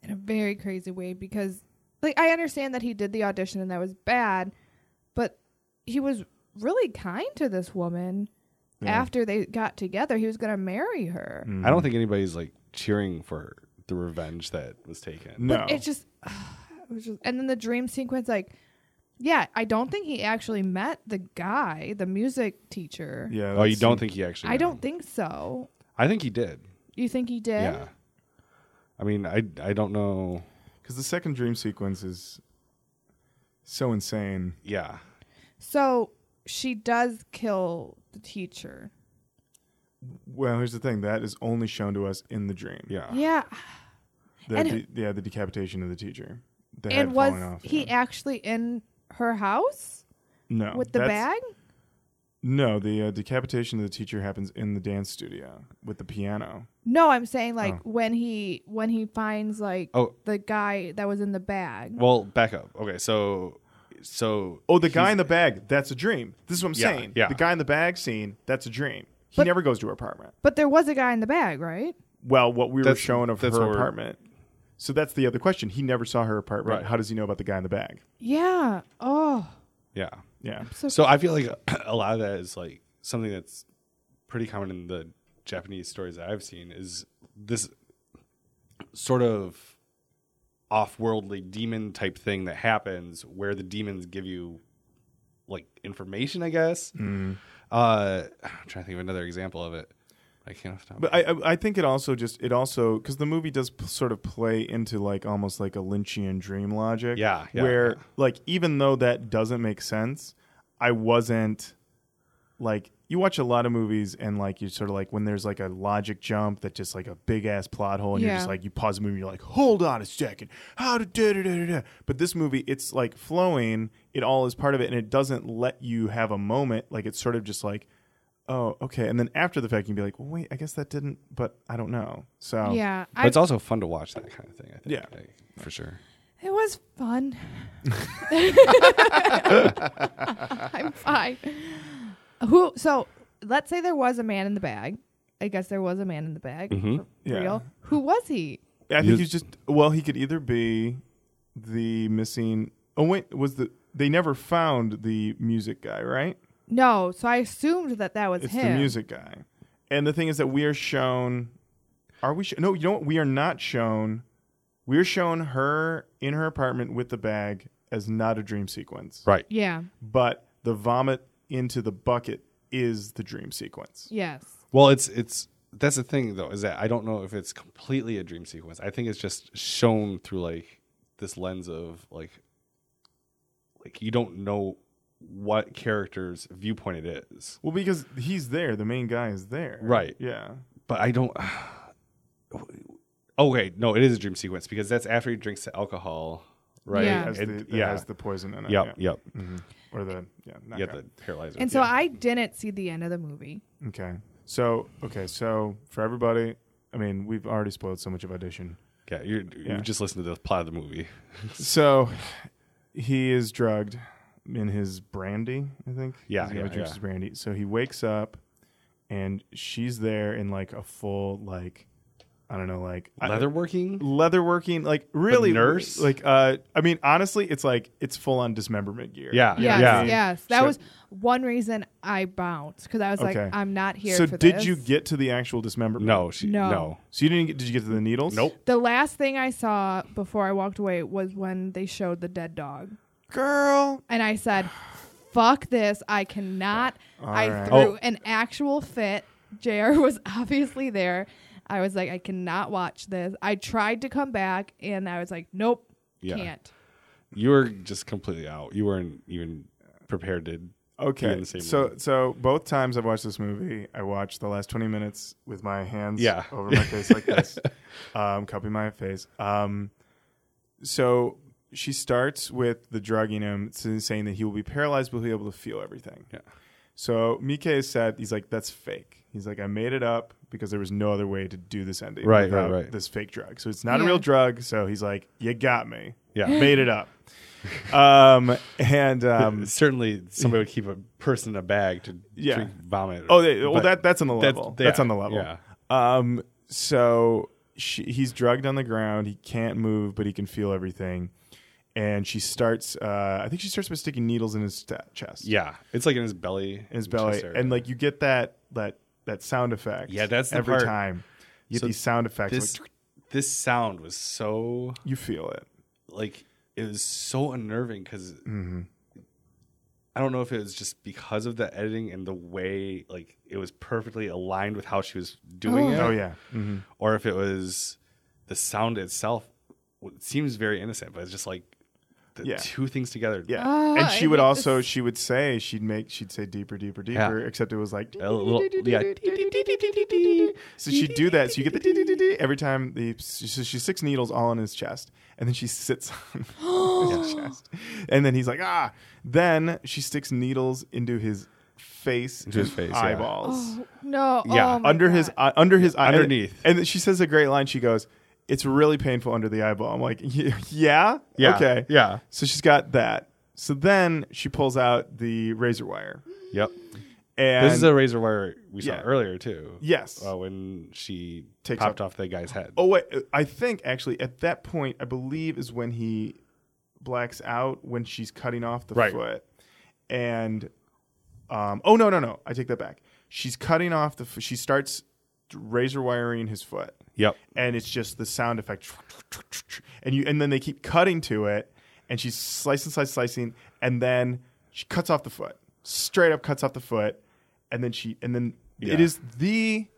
B: in a very crazy way because like I understand that he did the audition and that was bad, but he was really kind to this woman
C: Yeah.
B: after they got together. He was going to marry her.
A: I
C: Mm-hmm.
A: don't think anybody's like cheering for the revenge that was taken.
C: No,
B: It just <sighs> it was just and then the dream sequence like yeah, I don't think he actually met the guy, the music teacher.
C: yeah.
A: oh, you
C: that's-
A: don't think he actually?
B: I
A: met
B: don't
A: him?
B: think so.
A: I think he did.
B: You think he did?
A: Yeah. I mean, I I don't know.
C: because the second dream sequence is so insane.
A: Yeah.
B: So she does kill the teacher.
C: Well, here's the thing: that is only shown to us in the dream.
A: Yeah.
B: Yeah.
C: the,
B: And-
C: de- yeah, the decapitation of the teacher. The head
B: and was
C: falling off,
B: he
C: yeah.
B: actually in her house
C: no
B: with the
C: that's-
B: bag?
C: No, the uh, decapitation of the teacher happens in the dance studio with the piano.
B: No, I'm saying
C: Oh.
B: like when he when he finds like
A: Oh.
B: the guy that was in the bag.
A: Well, back up. Okay, so so
C: Oh, the guy in the bag, that's a dream. This is what I'm
A: Yeah,
C: saying.
A: yeah.
C: The guy in the bag scene, that's a dream. He
B: But-
C: never goes to her apartment.
B: But there was a guy in the bag, right?
C: Well, what we were
A: That's-
C: shown of her
A: that's what we're-
C: apartment. So that's the other question. He never saw her apartment.
A: Right.
C: How does he know about the guy in the bag?
B: Yeah. Oh.
A: Yeah.
C: Yeah.
B: So,
A: So I feel like <clears throat> a lot of that is like something that's pretty common in the Japanese stories that I've seen is this sort of off-worldly demon type thing that happens where the demons give you like information, I guess.
C: Mm-hmm.
A: Uh, I'm trying to think of another example of it. I can't. off the top of
C: But
A: my
C: I, I I think it also just it also because the movie does p- sort of play into like almost like a Lynchian dream logic.
A: Yeah, yeah,
C: where
A: yeah.
C: like even though that doesn't make sense, I wasn't like you watch a lot of movies and like you sort of like when there's like a logic jump that just like a big ass plot hole and you're
B: Yeah.
C: just like you pause the movie and you're like hold on a second how to da da da da da but this movie it's like flowing it all is part of it and it doesn't let you have a moment like it's sort of just like oh okay and then after the fact you can be like well, wait I guess that didn't but I don't know so
B: yeah.
A: But
B: I,
A: it's also fun to watch that kind of thing. I think.
C: Yeah.
A: like, for sure.
B: it was fun. <laughs> I'm fine. Who? So let's say there was a man in the bag. I guess there was a man in the bag. for
C: Mm-hmm. Yeah.
B: Real. Who was he?
C: I think
A: You-
C: he's just well. He could either be the missing. Oh wait, was the they never found the music guy, right?
B: No. So I assumed that that was
C: It's
B: him.
C: the music guy. And the thing is that we are shown. Are we? Sh- no, you know what? We are not shown. We are shown her in her apartment with the bag as not a dream sequence,
A: Right.
B: Yeah.
C: but the vomit into the bucket is the dream sequence.
B: Yes.
A: Well, it's it's that's the thing though is that I don't know if it's completely a dream sequence. I think it's just shown through like this lens of like like you don't know what character's viewpoint it is.
C: Well, because he's there, the main guy is there,
A: Right.
C: Yeah.
A: But I don't <sighs> Okay, no, it is a dream sequence because that's after he drinks the alcohol, right?
B: Yeah.
C: Has
A: And-
C: the, that
A: yeah.
C: has the poison in it.
A: yep,
C: Yeah.
A: yep.
C: Or the yeah.
A: Yeah,
C: knockout.
A: the paralyzer.
B: And so
C: Yeah.
B: I didn't see the end of the movie.
C: Okay. So okay. So for everybody, I mean, we've already spoiled so much of audition.
A: yeah, you
C: Yeah.
A: you just listen to the plot of the movie.
C: So he is drugged in his brandy. I think.
A: Yeah,
C: He's gonna
A: yeah,
C: drink
A: yeah.
C: his brandy. So he wakes up, and she's there in like a full like, I don't know, like I-
A: Leather working?
C: leather working, like really
A: nurse?
C: Like uh, I mean, honestly, it's like it's full on dismemberment gear.
A: Yeah.
B: Yes,
A: yeah.
B: yes. That
C: So-
B: was one reason I bounced because I was
C: Okay.
B: like, I'm not here.
C: So
B: for
C: did
B: this.
C: you get to the actual dismemberment?
A: No, she
B: No.
A: no.
C: So you didn't get? Did you get to the needles?
A: Nope.
B: The last thing I saw before I walked away was when they showed the dead dog,
C: Girl.
B: and I said, "Fuck this! I cannot." I
C: right.
B: threw
A: Oh.
B: an actual fit. Jr. <laughs> was obviously there. I was like, I cannot watch this. I tried to come back, and I was like, Nope,
A: Yeah.
B: can't.
A: You were just completely out. You weren't even prepared to
C: Okay.
A: in the same
C: so
A: room.
C: so both times I've watched this movie, I watched the last twenty minutes with my hands
A: Yeah.
C: over my face like
A: <laughs>
C: this, um, cupping my face. Um, so she starts with the drugging him, s- saying that he will be paralyzed, but he'll be able to feel everything.
A: Yeah.
C: So Mike has said he's like that's fake. He's like I made it up because there was no other way to do this ending.
A: Right, right,
C: without
A: right.
C: This fake drug. So it's not a
B: Yeah.
C: real drug. So he's like, you got me.
A: Yeah.
C: made it up. <laughs> um, and um,
A: certainly somebody would keep a person in a bag to
C: Yeah.
A: drink vomit.
C: Oh, they, well,
A: But
C: that that's on the
A: that's-
C: level. That's,
A: yeah,
C: on the level.
A: Yeah.
C: Um. So she, he's drugged on the ground. He can't move, but he can feel everything. And she starts. Uh, I think she starts by sticking needles in his sta- chest.
A: Yeah. It's like in his belly.
C: In his
A: chest
C: belly,
A: area.
C: and like you get that that that sound effect.
A: Yeah, that's the
C: every
A: part.
C: time. You get
A: So
C: these sound effects.
A: this
C: like,
A: this sound was so
C: you feel it.
A: like it was so unnerving because
C: Mm-hmm.
A: I don't know if it was just because of the editing and the way like it was perfectly aligned with how she was doing it.
C: Oh yeah. hmm
A: Or if it was the sound itself w- it seems very innocent, but it's just like the
C: Yeah.
A: two things together.
C: Yeah.
B: Ah,
C: and she
B: I
C: would
B: hate
C: also
B: this.
C: she would say she'd make she'd say deeper, deeper, deeper. Except it was like
A: A little,
C: <laughs>
A: yeah,
C: So she'd do that. So you get the dee dee dee dee every time. The so she sticks needles all in his chest, and then she sits <laughs> on
A: <gasps>
C: his chest, and then he's like ah. Then she sticks needles into his face,
A: Into his
C: and
A: face, yeah.
C: eyeballs,
B: No.
A: Oh, Yeah,
B: oh my
C: under his
B: God.
C: eye, under his eye,
A: Underneath.
C: And, then she says a great line. She goes, "It's really painful under the eyeball." I'm like, "Y- <laughs> yeah,
A: Yeah.
C: okay,
A: Yeah.
C: So she's got that. So then she pulls out the razor wire
A: Yep.
C: And
A: This is a razor wire we
C: Yeah.
A: saw earlier too.
C: yes.
A: Uh, when she
C: Takes
A: popped off that guy's head.
C: Oh wait, I think actually at that point I believe is when he blacks out when she's cutting off the
A: Right.
C: foot, and um, oh no no no I take that back. She's cutting off the. f- She starts razor wiring his foot,
A: Yep.
C: and it's just the sound effect, and you and then they keep cutting to it, and she's slicing slicing slicing, and then she cuts off the foot, straight up cuts off the foot, and then she and then
A: Yeah.
C: it is the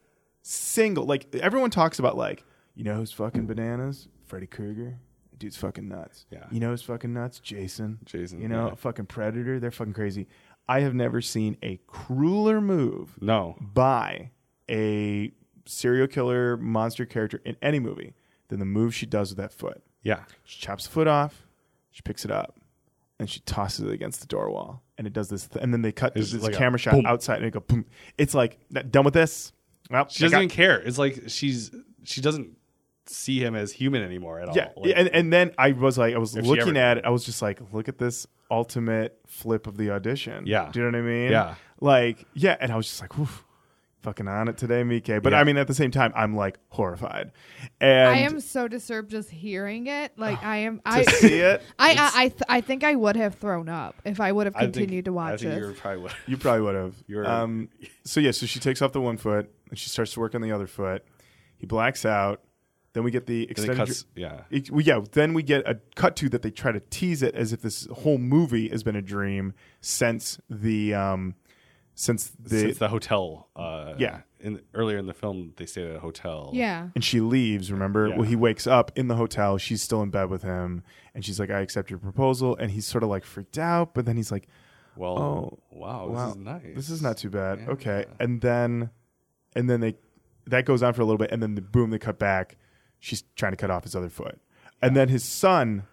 C: single like everyone talks about like you know who's fucking bananas freddy krueger dude's fucking nuts
A: Yeah.
C: you know who's fucking nuts jason
A: Jason,
C: you know
A: yeah.
C: fucking predator they're fucking crazy i have never seen a crueler move
A: No.
C: by a serial killer monster character in any movie than the move she does with that foot
A: Yeah.
C: she chops the foot off she picks it up and she tosses it against the door wall and it does this th- and then they cut
A: It's
C: this
A: like a
C: camera shot
A: boom.
C: outside and it go boom it's like "Not done with this well,
A: She
C: I
A: doesn't
C: got-
A: even care. It's like she's she doesn't see him as human anymore at
C: Yeah,
A: all. Oh, Like,
C: and and then I was like, I was
A: If she
C: looking
A: ever-
C: at it, I was just like, look at this ultimate flip of the audition.
A: Yeah.
C: do you know what I mean?
A: Yeah.
C: like yeah, and I was just like, Oof, fucking on it today, Mike. But
A: Yeah.
C: I mean, at the same time, I'm like horrified, and
B: I am so disturbed just hearing it. Like
A: <sighs>
B: I am.
C: to
B: I
C: see it,
B: <laughs> I I I, th- I think I would have thrown up if I would have
A: I think-
B: continued to
A: I
B: watch
A: think
B: this.
A: you're probably would.
C: you probably would have.
A: You're-
C: um, so yeah, so she takes off the one foot and she starts to work on the other foot. He blacks out. Then we get the
A: Then it
C: extended.
A: cuts. Yeah.
C: it, well, yeah, then we get a cut to that they try to tease it as if this whole movie has been a dream since the um since the
A: Since the hotel. Uh,
C: Yeah.
A: In earlier in the film, they stayed at a hotel.
B: yeah.
C: and she leaves, remember?
A: Yeah.
C: Well, he wakes up in the hotel, she's still in bed with him, and she's like I accept your proposal and he's sort of like freaked out, but then he's like
A: Well.
C: Oh,
A: wow.
C: wow,
A: This is nice.
C: This is not too bad.
A: Yeah.
C: Okay. And then and then they that goes on for a little bit and then the, boom they cut back. She's trying to cut off his other foot. And then his son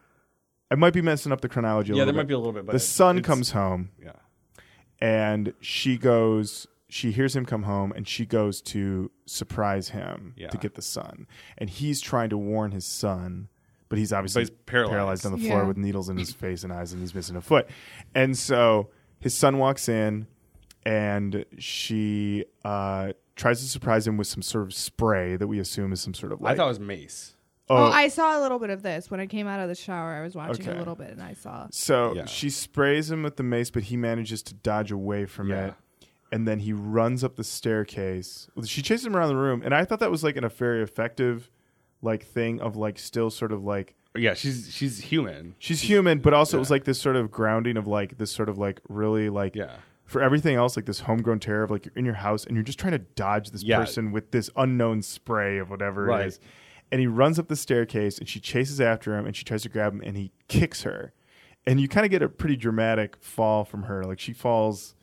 C: I might be messing up the chronology a
A: Yeah,
C: little
A: there
C: bit.
A: might be a little bit. But
C: the son
A: it's-
C: comes home
A: Yeah.
C: and she goes she hears him come home and she goes to surprise him
A: Yeah.
C: to get the son and he's trying to warn his son but he's obviously
A: he's paralyzed.
C: on the floor
B: Yeah.
C: with needles in his face and eyes and he's missing a foot and so his son walks in and she uh, tries to surprise him with some sort of spray that we assume is some sort of
A: I
C: like
A: thought it was mace.
B: Oh. I saw a little bit of this when I came out of the shower. I was watching
C: Okay.
B: a little bit and I saw.
C: So
A: Yeah.
C: she sprays him with the mace, but he manages to dodge away from
A: Yeah.
C: it. And then he runs up the staircase. She chases him around the room, and I thought that was like an, a very effective, like thing of like still sort of like
A: Yeah. She's she's human.
C: she's human, but also it was
A: yeah.
C: like this sort of grounding of like this sort of like really like
A: Yeah.
C: for everything else like this homegrown terror of like you're in your house and you're just trying to dodge this
A: Yeah.
C: person with this unknown spray of whatever
A: Right.
C: it is. And he runs up the staircase and she chases after him and she tries to grab him and he kicks her. And you kind of get a pretty dramatic fall from her. Like she falls,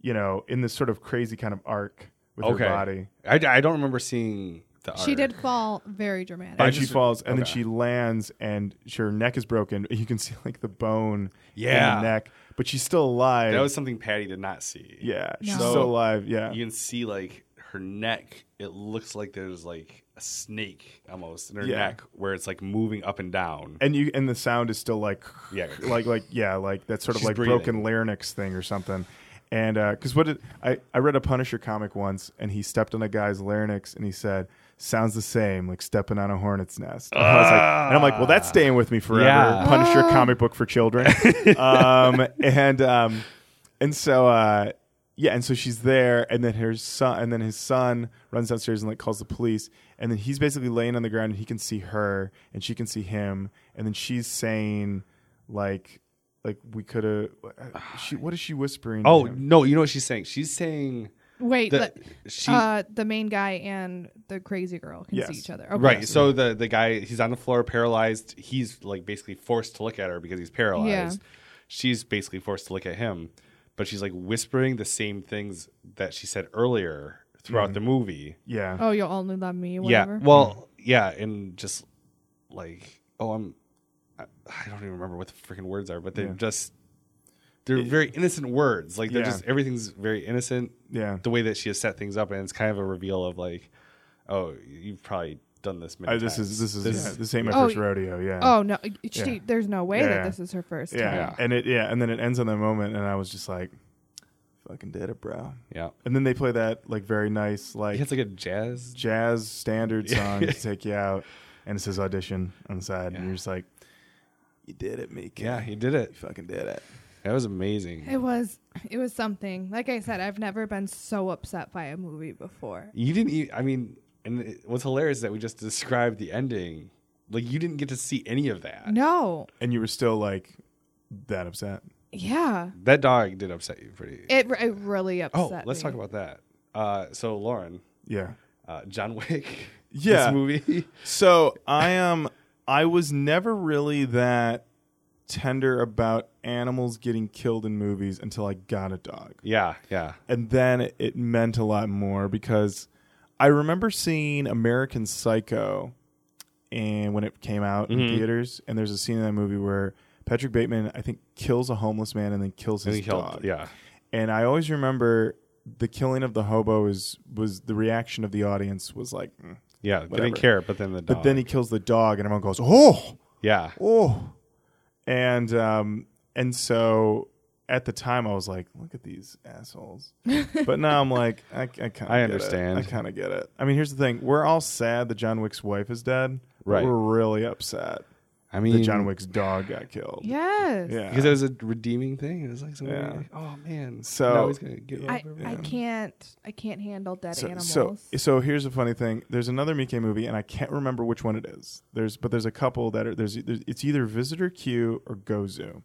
C: you know, in this sort of crazy kind of arc with
A: Okay.
C: her body.
A: I, I don't remember seeing the.
B: She
A: art.
B: did fall very dramatic.
A: I
C: And she
A: just-
C: falls and then
A: okay.
C: she lands and her neck is broken. <laughs> You can see like the bone
A: Yeah.
C: in the neck, but she's still alive.
A: That was something Patty did not see.
C: yeah, she's
B: No.
C: still alive. Yeah.
A: you can see like her neck. It looks like there's like a snake almost in her
C: Yeah.
A: neck where it's like moving up and down.
C: and you and the sound is still like
A: Yeah.
C: <sighs> like like yeah like that sort of
A: She's
C: like
A: breathing.
C: broken larynx thing or something and because what did I, I read a punisher comic once and he stepped on a guy's larynx and he said sounds the same like stepping on a hornet's nest and, I was like, and i'm like well that's staying with me forever
A: Yeah.
C: punisher comic book for children um, and um, and so uh, yeah and so she's there and then her son and then his son runs downstairs and like calls the police and then he's basically laying on the ground and he can see her and she can see him and then she's saying like like we could have she what is she whispering to
A: oh
C: him?
A: no, you know what she's saying? She's saying
B: Wait,
A: that
B: the,
A: she
B: uh, the main guy and the crazy girl can
C: Yes.
B: see each other. Okay.
A: right. So the the guy he's on the floor paralyzed. He's like basically forced to look at her because he's paralyzed. She's basically forced to look at him, but she's like whispering the same things that she said earlier throughout
C: Hmm.
A: the movie.
C: yeah
B: Oh, you'll only love me. Whatever.
A: Yeah. Well,
C: Hmm.
A: yeah, and just like oh, I'm I, I don't even remember what the freaking words are, but they're
C: Yeah.
A: just they're very innocent words. Like they're
C: Yeah.
A: just everything's very innocent.
C: yeah
A: The way that she has set things up, and it's kind of a reveal of like, oh, you've probably done this many
C: I, this
A: times.
C: is this is
A: This
C: yeah,
A: is-
C: this ain't my
B: Oh,
C: first
B: y-
C: rodeo yeah
B: Oh no, she,
C: Yeah.
B: there's no way
C: Yeah.
B: that this is her first
C: yeah.
B: time.
A: Yeah.
C: and it yeah and then it ends on that moment and i was just like fucking did it, bro.
A: Yeah.
C: And then they play that like very nice like
A: He has like a jazz.
C: jazz standard song <laughs> to take you out, and it says audition on the side, and
A: Yeah.
C: you're just like, you did it, Mika.
A: Yeah, he did it.
C: you fucking did it.
A: That was amazing.
B: It was it was something. Like I said, I've never been so upset by a movie before.
A: You didn't. e I I mean, and it, what's hilarious is that we just described the ending. Like you didn't get to see any of that.
B: No.
C: And you were still like that upset.
B: Yeah.
A: That dog did upset you pretty.
B: It, re- it really
A: oh,
B: upset.
A: let's
B: me.
A: talk about that. Uh, so Lauren,
C: Yeah.
A: uh, John Wick. <laughs>
C: Yeah.
A: This <laughs> movie.
C: So I am. I was never really that tender about animals getting killed in movies until I got a dog.
A: yeah. Yeah.
C: and then it meant a lot more because I remember seeing American Psycho and when it came out
A: Mm-hmm.
C: in theaters and there's a scene in that movie where Patrick Bateman I think kills a homeless man and then kills his
A: And he killed.
C: dog.
A: Yeah.
C: And I always remember the killing of the hobo is was the reaction of the audience was like mm.
A: Yeah. They
C: Whatever.
A: didn't care, but then the dog.
C: but then he kills the dog and everyone goes oh
A: Yeah.
C: oh and um and so at the time i was like look at these assholes but now i'm like i, I kind of
A: I understand.
C: i kind of get it i mean here's the thing we're all sad that john wick's wife is dead but
A: Right.
C: we're really upset
A: I
C: that
A: mean,
C: john wick's dog got killed
B: Yes.
C: yeah
A: because it was a redeeming thing. It was like something.
C: Yeah.
A: Like, oh man.
C: So-
A: now he's gonna get.
B: I,
A: over it.
B: I can't I can't handle dead
C: so,
B: animals.
C: so so here's a funny thing there's another Mickey movie and i can't remember which one it is there's but there's a couple that are there's, there's it's either visitor q or gozu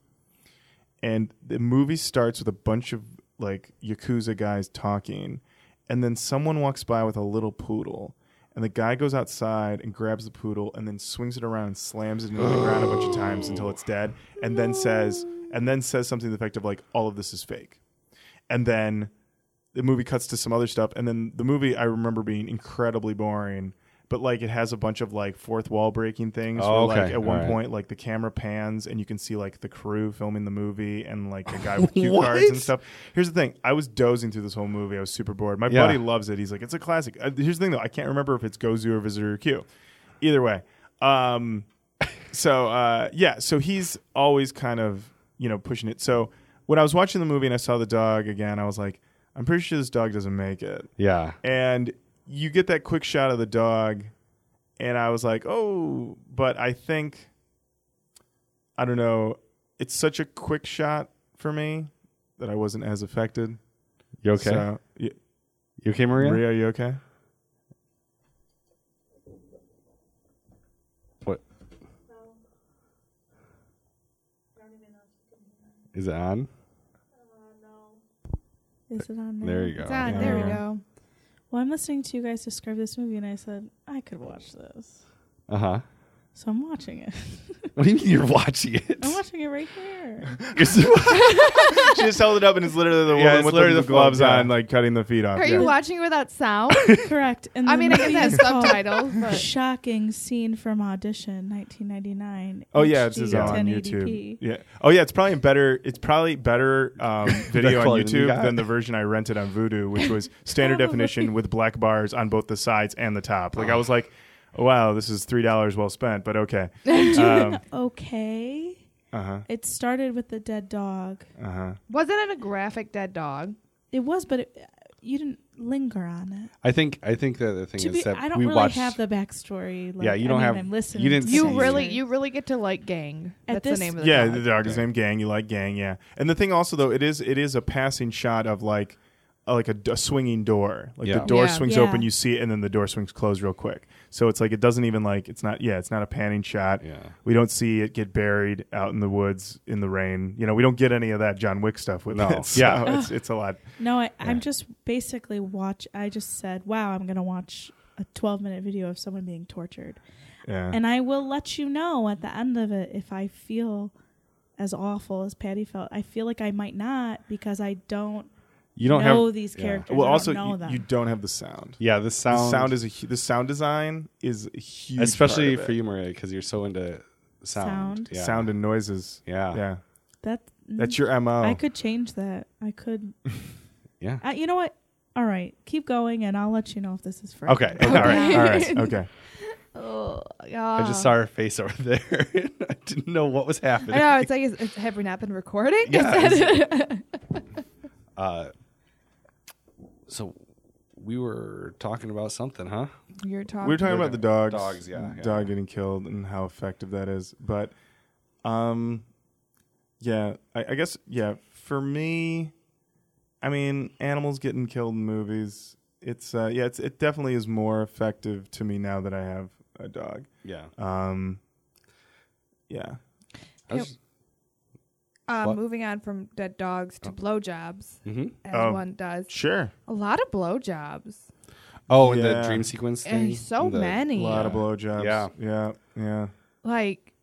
C: and the movie starts with a bunch of like yakuza guys talking and then someone walks by with a little poodle and the guy goes outside and grabs the poodle and then swings it around and slams it into the ground a bunch of times until it's dead and then says and then says something to the effect of like all of this is fake and then the movie cuts to some other stuff and then the movie i remember being incredibly boring but like it has a bunch of like fourth wall breaking things
A: Oh,
C: where like
A: okay.
C: at one
A: All right.
C: point like the camera pans and you can see like the crew filming the movie and like a guy with cue cards and
A: What?
C: stuff here's the thing i was dozing through this whole movie i was super bored my
A: Yeah.
C: buddy loves it he's like it's a classic Uh, here's the thing though i can't remember if it's gozu or visitor q either way um <laughs> so uh, yeah, so he's always kind of you know pushing it. So when I was watching the movie and I saw the dog again, I was like, I'm pretty sure this dog doesn't make it.
A: Yeah.
C: And you get that quick shot of the dog, and I was like, oh, but I think I don't know. It's such a quick shot for me that I wasn't as affected.
A: You okay?
C: So, y-
A: you okay, Maria?
C: Maria, are you okay?
A: What? Is it on?
D: Is it on now?
A: There you go.
B: it's on, there we
C: Yeah.
B: go.
D: Well, I'm listening to you guys describe this movie, and I said I could watch this,
A: Uh huh.
D: so I'm watching it.
A: <laughs> What do you mean you're watching it? <laughs>
D: I'm watching it right here.
C: she just held it up, and it's literally the
A: Yeah,
C: woman
A: it's
C: with
A: literally
C: the,
A: the
C: gloves
A: gloves, yeah.
C: on, like cutting the feet
A: Uh,
C: off.
B: Are
C: Yeah.
B: you watching it without sound?
A: <laughs>
D: Correct. And
B: I
D: the
B: mean, I guess
D: movie
B: it has
D: is called
B: subtitles, but
D: Shocking scene from audition, 1999.
C: Oh yeah, it's
D: HD
C: his on
A: <laughs>
D: 1080p.
C: YouTube. Yeah. Oh yeah, it's probably in better. It's probably better um, video on
A: quality than you
C: YouTube
A: got. Oh.
C: than the version I rented on Vudu, which
A: <laughs>
C: was standard
D: Probably.
C: definition with black bars on both the sides and the top. Like I
A: Oh.
C: was like, wow, this is three dollars well spent. But okay. Um,
D: Okay.
C: uh huh.
D: It started with the dead dog.
C: Uh huh.
B: wasn't it a graphic dead dog?
D: It was, but it, you didn't linger on it.
A: I think I think that the thing
D: To
A: is
D: be,
A: that
D: I don't
A: we
D: really
A: watched.
D: have the backstory. Like,
A: Yeah, you
D: I
A: don't
D: mean,
A: have-
D: I'm listening.
A: you didn't
D: to
A: see
B: You
D: the
A: it.
B: really,
D: backstory.
B: you really get to like gang.
D: At
B: That's
D: this-
B: the name of the
C: yeah,
B: dog.
C: the dog is named Gang. You like Gang, yeah. And the thing also though, it is it is a passing shot of like a- like a, d- a swinging door. Like
A: Yeah.
C: the door
B: Yeah.
C: swings
D: Yeah.
C: open, you see it, and then the door swings closed real quick. So it's like it doesn't even like it's not yeah, it's not a panning shot.
A: Yeah.
C: We don't see it get buried out in the woods in the rain. You know, we don't get any of that John Wick stuff with
A: No.
C: it. <laughs> So
A: Yeah.
C: it's it's a lot.
D: No, I, I'm
A: Yeah.
D: just basically watch. I just said, "Wow, I'm gonna watch a 12 minute video of someone being tortured,"
C: Yeah.
D: and I will let you know at the end of it if I feel as awful as Patty felt. I feel like I might not because I don't,
A: you don't
D: know
A: have
D: these
A: yeah.
D: characters. I
C: well,
D: don't
C: also
D: know
C: you,
D: them.
C: you don't have the sound.
A: Yeah, the
C: The
A: sound.
C: sound is a hu- the sound design is a huge, part
A: especially
C: of it.
A: for you, Maria, because you're so into sound.
D: Sound.
A: Yeah.
C: Sound and noises.
A: Yeah.
C: Yeah,
D: that. mm,
C: that's your mo.
D: I could change that. I could.
A: Yeah.
D: I, you know what? All right, keep going, and I'll let you know if this is for
A: Okay. All right. All
D: <laughs>
A: right.
C: okay.
B: Oh,
A: I just saw her face over <laughs> there. I didn't know what was
B: I
A: happening.
B: know. It's like, is, is, have we not been recording?
A: Yeah,
B: Is that-
A: <laughs> Uh, So we were talking about something, huh?
B: <laughs> You're talking.
C: We were talking about the dogs.
A: Dogs, yeah, yeah.
C: Dog getting killed and how effective that is. But, um, yeah, I, I guess, yeah, for me, I mean, animals getting killed in movies, it's, uh, yeah, it's, it definitely is more effective to me now that I have a dog.
A: Yeah.
C: Um, yeah.
A: I was-
B: uh,
A: What?
B: moving on from dead dogs to blowjobs,
A: Mhm.
B: as
C: Oh.
B: one does.
C: Sure.
B: A lot of blowjobs.
A: Oh, and the
C: Yeah.
A: dream sequence
B: Eh,
A: thing.
B: so
A: The-
B: many.
C: A lot of blowjobs.
A: Yeah.
C: Yeah. Yeah.
B: Like,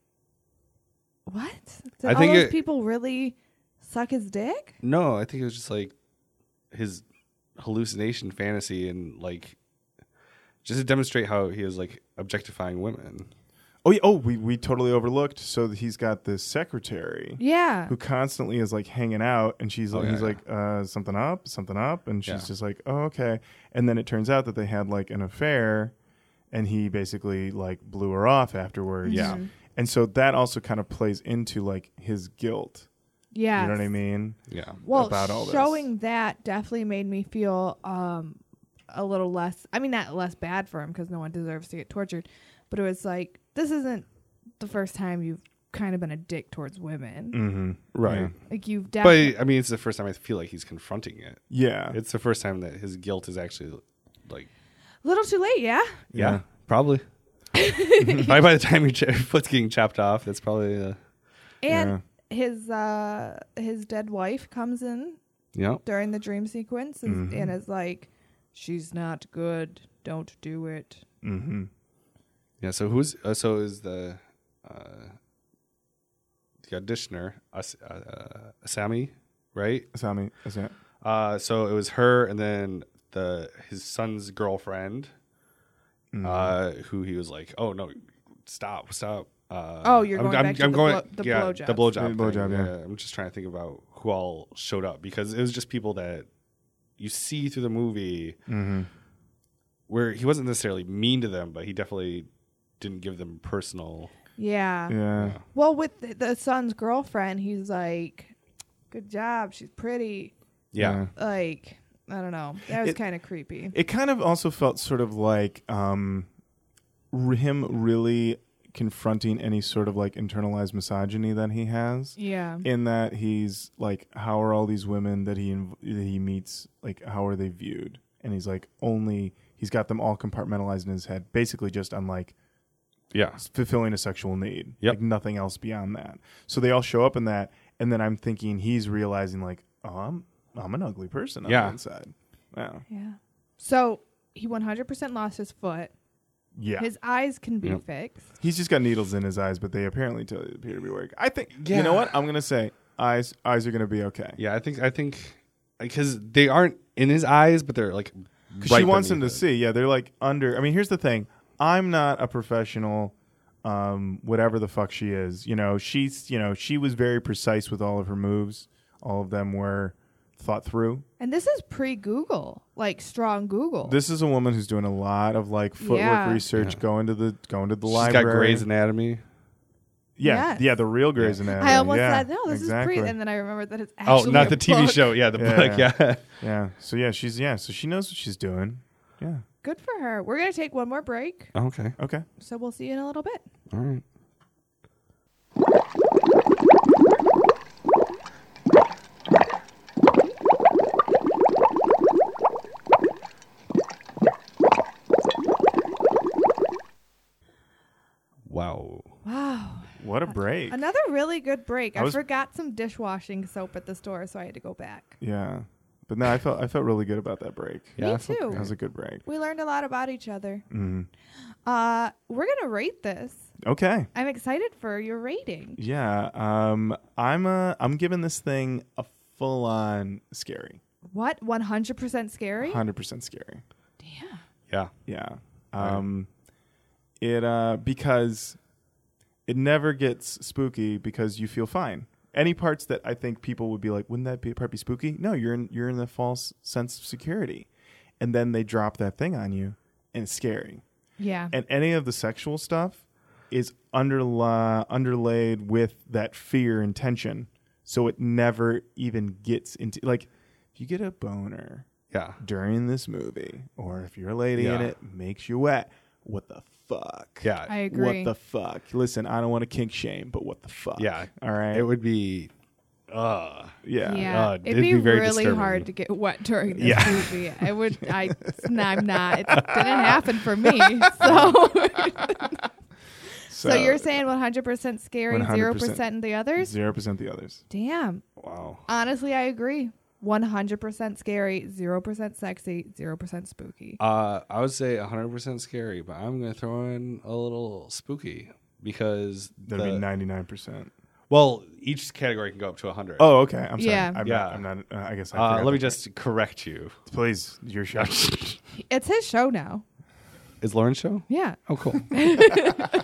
B: what? Did
A: I
B: all
A: think
B: those
A: it-
B: people really suck his dick?
A: No, I think it was just like his hallucination fantasy and like just to demonstrate how he is like objectifying women.
C: Oh, yeah. Oh, we, we totally overlooked. So he's got this secretary.
B: Yeah.
C: who constantly is like hanging out and she's
A: Oh, yeah,
C: he's
A: yeah.
C: like uh something up something up and she's
A: Yeah.
C: just like oh okay and then it turns out that they had like an affair and he basically like blew her off afterwards Mm-hmm.
A: Yeah.
B: Mm-hmm.
A: Mhm.
C: and so that also kind of plays into like his guilt
B: Yeah.
C: you know what i mean
A: Yeah.
B: well,
C: about all this.
B: showing that definitely made me feel um, a little less. I mean, not less bad for him because no one deserves to get tortured, but it was like this isn't the first time you've kind of been a dick towards women.
C: mm-hmm.
A: Right.
B: Like you've
A: But
B: definitely.
A: I mean, it's the first time I feel like he's confronting it.
C: yeah,
A: It's the first time that his guilt is actually like,
B: little too late, yeah.
A: yeah,
C: Yeah.
A: probably. probably by the time your ch- <laughs> foot's getting chopped off, that's probably uh,
B: And his uh his dead wife comes in
A: yeah.
B: during the dream sequence and,
C: Mm-hmm.
B: and is like, "She's not good. Don't do it."
C: mm-hmm.
A: Yeah. So who's uh, so is the uh, the auditioner As- uh, uh, Asami, right?
C: Asami, is that
A: Uh, so it was her, and then the his son's girlfriend,
C: Mm-hmm.
A: uh, who he was like, "Oh no, stop, stop." Uh,
B: Oh, you're going back to the blow- the
A: yeah,
B: blowjobs.
A: The blowjob,
C: The
A: thing,
C: blowjob, yeah.
A: I'm just trying to think about who all showed up because it was just people that you see through the movie
C: Mm-hmm.
A: where he wasn't necessarily mean to them, but he definitely didn't give them personal.
B: Yeah.
C: yeah
B: Well, with the, the son's girlfriend, he's like, "Good job. She's pretty."
A: yeah.
B: Like, I don't know. That was
C: It-
B: kind of creepy.
C: It kind of also felt sort of like um, r- him really confronting any sort of like internalized misogyny that he has.
B: yeah.
C: In that he's like, how are all these women that he inv- that he meets like how are they viewed? And he's like, only he's got them all compartmentalized in his head, basically just on like
A: yeah.
C: fulfilling a sexual need,
A: Yep.
C: like nothing else beyond that. So they all show up in that, and then I'm thinking he's realizing like, oh, I'm I'm an ugly person on
A: Yeah.
C: the inside. Yeah,
B: yeah. So he 100% lost his foot.
C: yeah.
B: His eyes can be
A: Yep.
B: fixed.
C: He's just got needles in his eyes, but they apparently tell you appear to be working. I think
A: Yeah.
C: you know what I'm gonna say. Eyes, eyes are gonna be okay.
A: Yeah, I think I think because they aren't in his eyes, but they're like.
C: Because
A: right
C: she wants him to
A: beneath it.
C: see. Yeah, they're like under. I mean, here's the thing. I'm not a professional. Um, whatever the fuck she is, you know, she's you know she was very precise with all of her moves. All of them were thought through.
B: And this is pre Google, like strong Google.
C: This is a woman who's doing a lot of like footwork
B: Yeah.
C: research, going to the going to the
A: She's
C: library.
A: got Grey's Anatomy.
C: yeah,
B: Yes.
C: yeah, the real Grey's Anatomy.
B: I almost
C: yeah,
B: said no. This
C: exactly.
B: is pre, and then I remembered that it's
A: Oh,
B: actually
A: not
B: a
A: the TV
B: book.
A: show. Yeah, the
C: Yeah,
A: book.
C: yeah.
A: Yeah. <laughs>
C: Yeah. So yeah, she's yeah. So she knows what she's doing. Yeah.
B: Good for her. We're gonna take one more break,
A: okay.
C: Okay.
B: so we'll see you in a little bit.
A: All right. Wow.
B: Wow,
C: What a break.
B: another really good break.
C: I
B: I,
C: was-
B: forgot some dishwashing soap at the store, so I had to go back.
C: Yeah. But no, I felt I felt really good about that break.
A: Yeah,
B: Me
A: I felt
B: too.
C: That was a good break.
B: We learned a lot about each other.
C: Mhm.
B: Uh, we're gonna rate this.
C: Okay.
B: I'm excited for your rating.
C: Yeah. Um. I'm uh. I'm giving this thing a full on scary.
B: What? 100% scary?
C: Hundred percent scary.
B: Damn.
A: Yeah.
C: Yeah. Um. It uh because it never gets spooky because you feel fine. Any parts that I think people would be like, wouldn't that be part be spooky? No, you're in you're in the false sense of security, and then they drop that thing on you, and it's scary.
B: Yeah.
C: and any of the sexual stuff is underli- underlaid with that fear and tension so it never even gets into like if you get a boner
A: Yeah.
C: during this movie, or if you're a lady in
A: Yeah.
C: it, makes you wet. What the fuck?
A: Yeah.
B: I agree.
C: What the fuck? Listen, I don't want to kink shame, but what the fuck?
A: Yeah.
C: All right.
A: it would be uh
C: yeah.
B: yeah,
A: Uh,
B: it'd
A: it'd
B: be,
A: be very
B: really
A: disturbing.
B: hard to get wet during this
A: Yeah.
B: movie. I
A: <laughs>
B: would, I, no, I'm not. It didn't happen for me. <laughs> So, so, you're saying 100% scary, 0%
C: 100%.
B: and the others?
C: zero percent the others.
B: Damn.
A: wow.
B: Honestly, I agree. 100% scary, 0% sexy, 0% spooky.
A: Uh I would say 100% scary, but I'm going to throw in a little spooky because
C: That'd
A: the-
C: be ninety nine percent.
A: well, each category can go up to 100.
C: Oh, okay. I'm sorry.
B: Yeah.
C: I'm
A: Yeah.
C: Not, I'm not. Uh, I guess. I
A: Uh,
C: forgot
A: let me
C: that.
A: just correct you.
C: Please,
A: <laughs>
C: your shot.
B: It's his show now.
A: Is Lauren's show?
B: Yeah.
A: Oh, cool.
C: all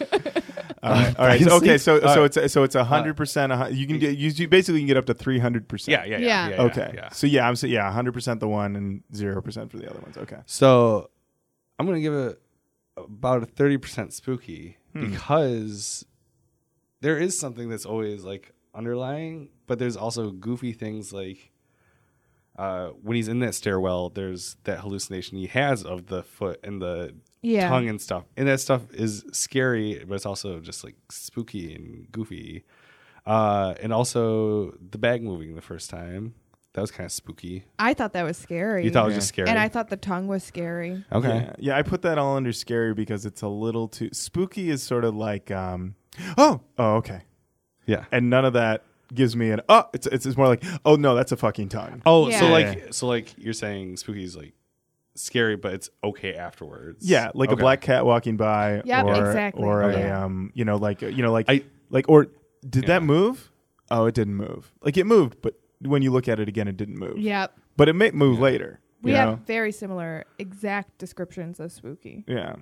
C: right. All right. So, okay. So,
A: All
C: so
A: right. Uh,
C: it's so it's a hundred percent. You can get you, you basically can get up to three hundred percent.
A: yeah, yeah, yeah,
B: Yeah.
A: yeah. yeah,
C: Okay.
A: Yeah.
C: So yeah, I'm so yeah, hundred percent the one and zero percent for the other ones. Okay.
A: So I'm gonna give it about a thirty percent spooky
B: Hmm.
A: because there is something that's always like underlying, but there's also goofy things like uh, when he's in that stairwell, there's that hallucination he has of the foot and the
B: Yeah.
A: tongue and stuff, and that stuff is scary, but it's also just like spooky and goofy. Uh, and also the bag moving the first time, that was kind of spooky.
B: I thought that was scary.
A: You thought it was
C: Yeah.
A: just scary,
B: And I thought the tongue was scary.
A: okay.
C: Yeah, yeah, I put that all under scary because it's a little too spooky. Is sort of like um, oh, oh, okay,
A: yeah.
C: and none of that gives me an oh. It's it's, it's more like oh no, that's a fucking tongue.
A: Oh, so
B: Yeah.
A: like so like you're saying spooky is like scary, but it's okay afterwards.
C: Yeah, like
A: Okay.
C: a black cat walking by.
B: Yep,
C: or,
B: exactly. Oh,
C: Or
B: Yeah.
C: a um, you know, like you know, like
A: I-
C: like or did
A: Yeah.
C: that move? Oh, it didn't move. Like it moved, but when you look at it again, it didn't move.
B: Yep.
C: but it may move later.
B: We
C: you
B: have
C: know?
B: very similar exact descriptions of spooky.
C: yeah,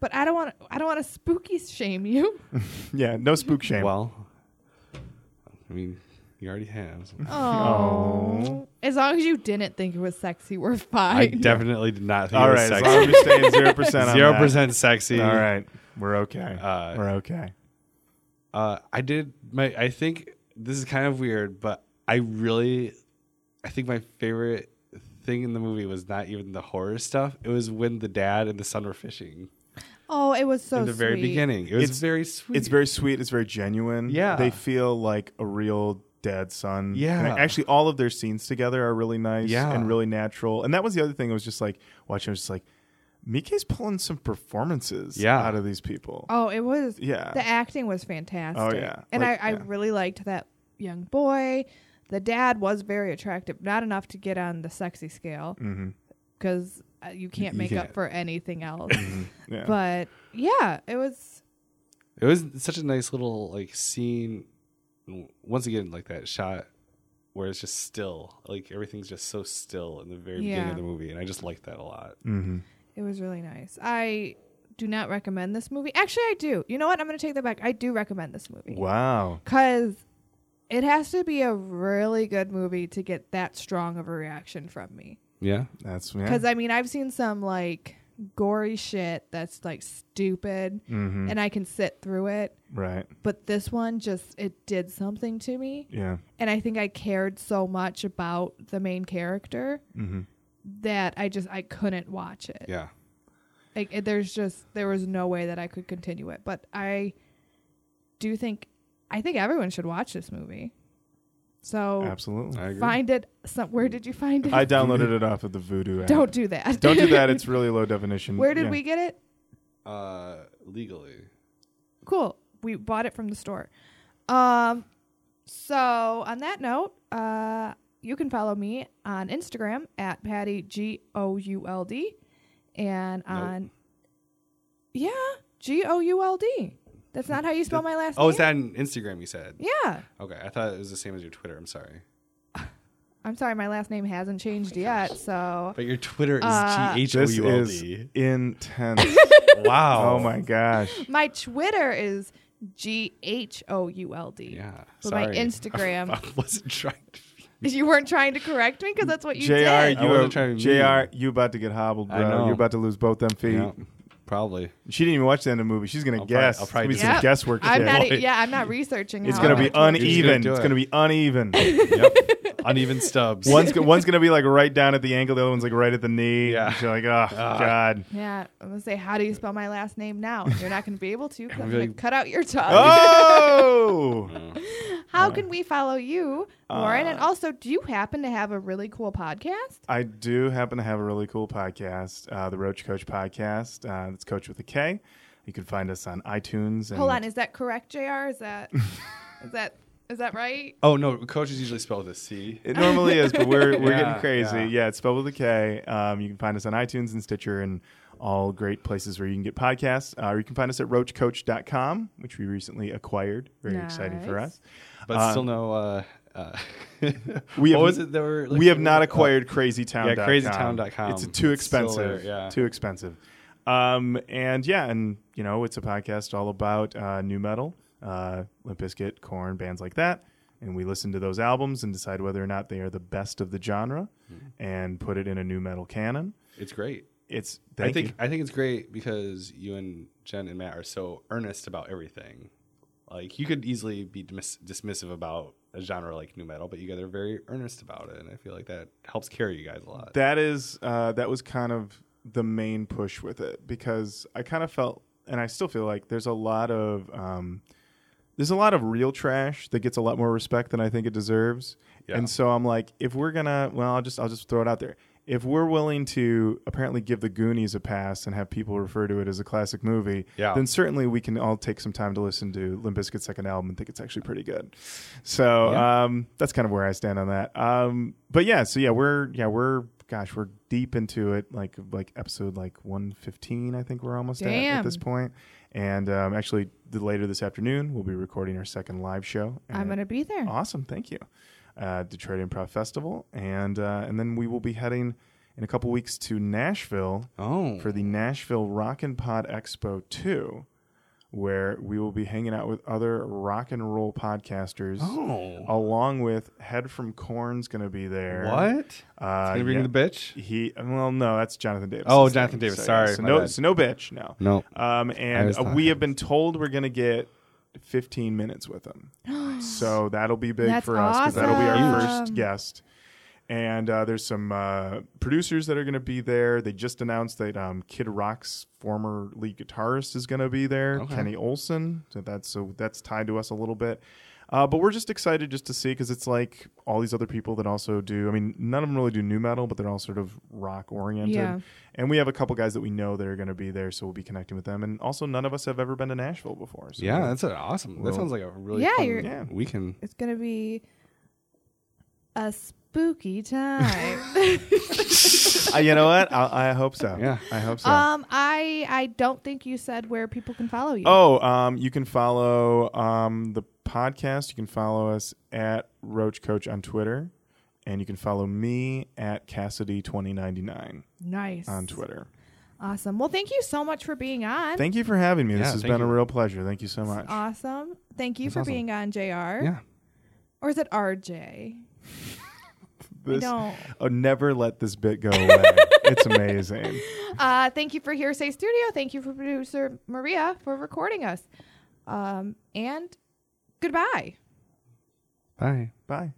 B: But I don't want I don't want to spooky shame
A: <laughs>
B: you.
C: yeah. No spook shame.
A: Well, I mean, you already have.
B: Oh. As long as you didn't think it was sexy, we're <laughs>
A: I
B: fine.
A: definitely did not think
C: all
A: it
C: right,
A: was
C: so
A: sexy.
C: I'm just staying zero
A: <laughs>
C: percent.
A: Zero percent sexy.
C: All right, we're okay.
A: Uh,
C: we're okay.
A: Uh, I did my. I think this is kind of weird, but I really, I think my favorite thing in the movie was not even the horror stuff. It was when the dad and the son were fishing
B: oh, it was so
A: in the very
B: sweet.
A: beginning. It was
C: It's-
A: very sweet.
C: It's very sweet. It's very genuine.
A: Yeah.
C: they feel like a real dad son.
A: Yeah.
C: and actually, all of their scenes together are really nice.
A: Yeah.
C: and really natural. And that was the other thing. I was just like watching. I was just like, Mike's pulling some performances.
A: Yeah.
C: out of these people.
B: Oh, it was
C: Yeah.
B: The acting was fantastic.
C: Oh, yeah.
B: And
C: Like,
B: I, I
C: yeah.
B: really liked that young boy. The dad was very attractive, not enough to get on the sexy scale
C: Mm-hmm.
B: because uh, you can't
A: You
B: make up
A: can't.
B: for anything
A: <laughs>
B: else.
C: yeah.
B: but yeah, it was.
A: It was such a nice little like scene. W- Once again, like that shot where it's just still, like everything's just so still in the very beginning
B: Yeah.
A: of the movie, and I just like that a lot.
C: Mm-hmm.
B: It was really nice. I do not recommend this movie. Actually, I do. You know what? I'm going to take that back. I do recommend this movie.
C: wow.
B: Because it has to be a really good movie to get that strong of a reaction from me.
A: Yeah,
C: That's yeah.
B: Because I mean, I've seen some like gory shit that's like stupid,
C: Mm.
B: and I can sit through it.
C: Mm-hmm. right.
B: But this one just it did something to me,
C: Yeah.
B: and I think I cared so much about the main character
C: Mm-hmm.
B: that I just I couldn't watch it.
A: yeah.
B: Like it, there's just there was no way that I could continue it. But I do think I think everyone should watch this movie. So
C: Absolutely.
A: I agree.
B: find it. Some, where did you find it?
C: I downloaded it off of the Voodoo
B: <laughs>
C: app.
B: Don't do that.
C: Don't do
B: <laughs>
C: that. It's really low definition.
B: where did
C: Yeah.
B: we get it?
A: Uh, legally,
B: cool. We bought it from the store. Um, so on that note, uh, you can follow me on Instagram at Patty G O U L D, and on yeah G O U L D. That's not how you spell my last name.
A: oh, is that on Instagram? You said.
B: Yeah.
A: Okay, I thought it was the same as your Twitter. I'm sorry,
B: I'm sorry, my last name
C: Oh
B: hasn't changed yet. So
A: but your Twitter is
B: Uh,
A: G H O
C: This
A: U L
C: is
A: D.
C: intense.
A: <laughs> Wow.
C: oh my gosh.
B: my Twitter is G H O U L D.
A: Yeah.
B: But my
A: sorry.
B: Instagram,
A: <laughs> I wasn't trying.
B: <laughs>
A: To
B: you weren't trying to correct me because that's what <laughs> you
C: JR,
B: did.
A: I
C: you
A: wasn't
C: are,
A: trying to be
C: JR, you about to get hobbled, bro.
A: I know.
C: You're about to lose both them feet.
A: Yeah. Probably.
C: She didn't even watch the end of the movie. She's gonna
A: I'll probably-
C: guess.
A: I'll probably
C: It's
A: do
C: gonna be
B: that.
C: some guesswork.
B: I'm
C: shit.
B: not. e-
C: <laughs>
A: Boy.
B: Yeah, I'm not researching.
C: it's
B: how
C: gonna
B: I
C: be
B: watch it.
C: uneven.
A: do
C: It's
A: it.
C: gonna be uneven.
B: <laughs>
A: Yep. <laughs> Uneven stubs.
C: one's go- one's gonna be like right down at the ankle. The other one's like right at the knee.
A: Yeah.
C: You're like, oh
A: <laughs>
C: god.
B: Yeah, I'm gonna say, how do you spell my last name now? You're not gonna be able
C: <laughs>
B: to. 'cause I'm
A: I'm
B: gonna
A: like-
B: cut out your tongue.
C: Ah! Oh.
B: How can we follow you, Lauren?
C: Ah.
B: and also, do you happen to have a really cool podcast?
C: I do happen to have a really cool podcast, uh, the Roach Coach Podcast. Uh, it's Coach with a K. You can find us on iTunes. And
B: Hold on, is that correct, Jr? Is
C: <laughs>
B: that is that is that right?
A: Oh no, coach is usually spelled with a C.
C: It normally is, but we're we're
A: Yeah,
C: getting crazy.
A: yeah.
C: Yeah. it's spelled with a K. Um, you can find us on iTunes and Stitcher and all great places where you can get podcasts. Uh, or you can find us at roachcoach.com, which we recently acquired. Very exciting for
B: Nice.
C: us.
A: But still no. Uh, uh, <laughs>
C: We
A: what
C: have-
A: was it? That were, like,
C: we have not
A: uh,
C: acquired crazytown.com.
A: Yeah, crazytown.com.
C: It's too
A: It's still there,
C: expensive.
A: yeah.
C: Too expensive. Um, and yeah, and you know, it's a podcast all about uh, new metal, uh, Limp Bizkit, Corn, bands like that. And we listen to those albums and decide whether or not they are the best of the genre,
A: Hmm.
C: and put it in a new metal canon.
A: It's great.
C: It's
A: I
C: thank
A: think
C: you.
A: I think it's great because you and Jen and Matt are so earnest about everything. Like you could easily be dismiss- dismissive about a genre like new metal, but you guys are very earnest about it, and I feel like that helps carry you guys a lot.
C: that is uh, that was kind of the main push with it because I kind of felt and I still feel like there's a lot of um, there's a lot of real trash that gets a lot more respect than I think it deserves.
A: Yeah.
C: And so I'm like, if we're gonna, well, I'll just I'll just throw it out there. If we're willing to apparently give the Goonies a pass and have people refer to it as a classic movie,
A: Yeah.
C: then certainly we can all take some time to listen to Limp Bizkit's second album and think it's actually pretty good. So um, that's kind of where I stand on that. Um, but yeah, so yeah, we're yeah we're gosh we're deep into it like like episode like 115 I think we're almost at at
B: Damn.
C: this point. And um, actually, the, later this afternoon we'll be recording our second live show.
B: I'm
C: And-
B: gonna be there.
C: Awesome, thank you. Uh, Detroit Improv Festival, and uh, and then we will be heading in a couple weeks to Nashville
A: oh,
C: for the Nashville Rock and Pod Expo 2, where we will be hanging out with other rock and roll podcasters,
A: oh,
C: along with Head from Corn's going to be there.
A: what?
C: Uh,
A: Gonna bring
C: yeah.
A: the bitch?
C: He well, no, that's Jonathan Davis.
A: Oh, Jonathan Davis,
C: So, yeah,
A: sorry,
C: so
A: my
C: no,
A: bad.
C: so no bitch. No.
A: No.
C: Um, and
A: was
C: uh,
A: talking
C: we
A: about
C: have been told we're gonna get 15 minutes
B: <gasps>
C: with him. so that'll be big
B: That's
C: for us because that'll be our
B: awesome.
C: first guest. And uh, there's some uh, producers that are gonna be there. They just announced that um, Kid Rock's former lead guitarist is gonna be there,
A: Okay.
C: Kenny Olson. So that's so that's tied to us a little bit. Uh, but we're just excited just to see because it's like all these other people that also do. I mean, none of them really do new metal, but they're all sort of rock oriented.
B: Yeah.
C: And we have a couple guys that we know that are going to be there, so we'll be connecting with them. And also, none of us have ever been to Nashville before. So
A: Yeah, that's an awesome.
C: Well-
A: That sounds like a really
B: Yeah,
A: fun
B: you're-
C: Yeah.
A: weekend.
B: It's gonna be a spooky
C: <laughs>
B: time.
C: Uh, you know what? I, I hope so.
A: Yeah.
C: I hope so.
B: um, I I don't think you said where people can follow you.
C: oh, um, you can follow um, the podcast. You can follow us at Roach Coach on Twitter, and you can follow me at Cassidy twenty ninety nine
B: nice
C: on Twitter.
B: Awesome. Well, thank you so much for being on.
C: Thank you for having me.
A: Yeah,
C: this has
A: thank
C: been a
A: you.
C: real pleasure. Thank you so much.
B: Awesome. Thank you
A: That's
B: for
A: awesome.
B: being on, Jr.
A: Yeah.
B: Or is it RJ?
C: This-
B: don't.
C: Oh, never let this
A: <laughs>
C: bit go away. it's amazing.
B: Uh, thank you for Hearsay Studio. Thank you for producer Maria for recording us. Um, and goodbye.
A: Bye.
C: Bye.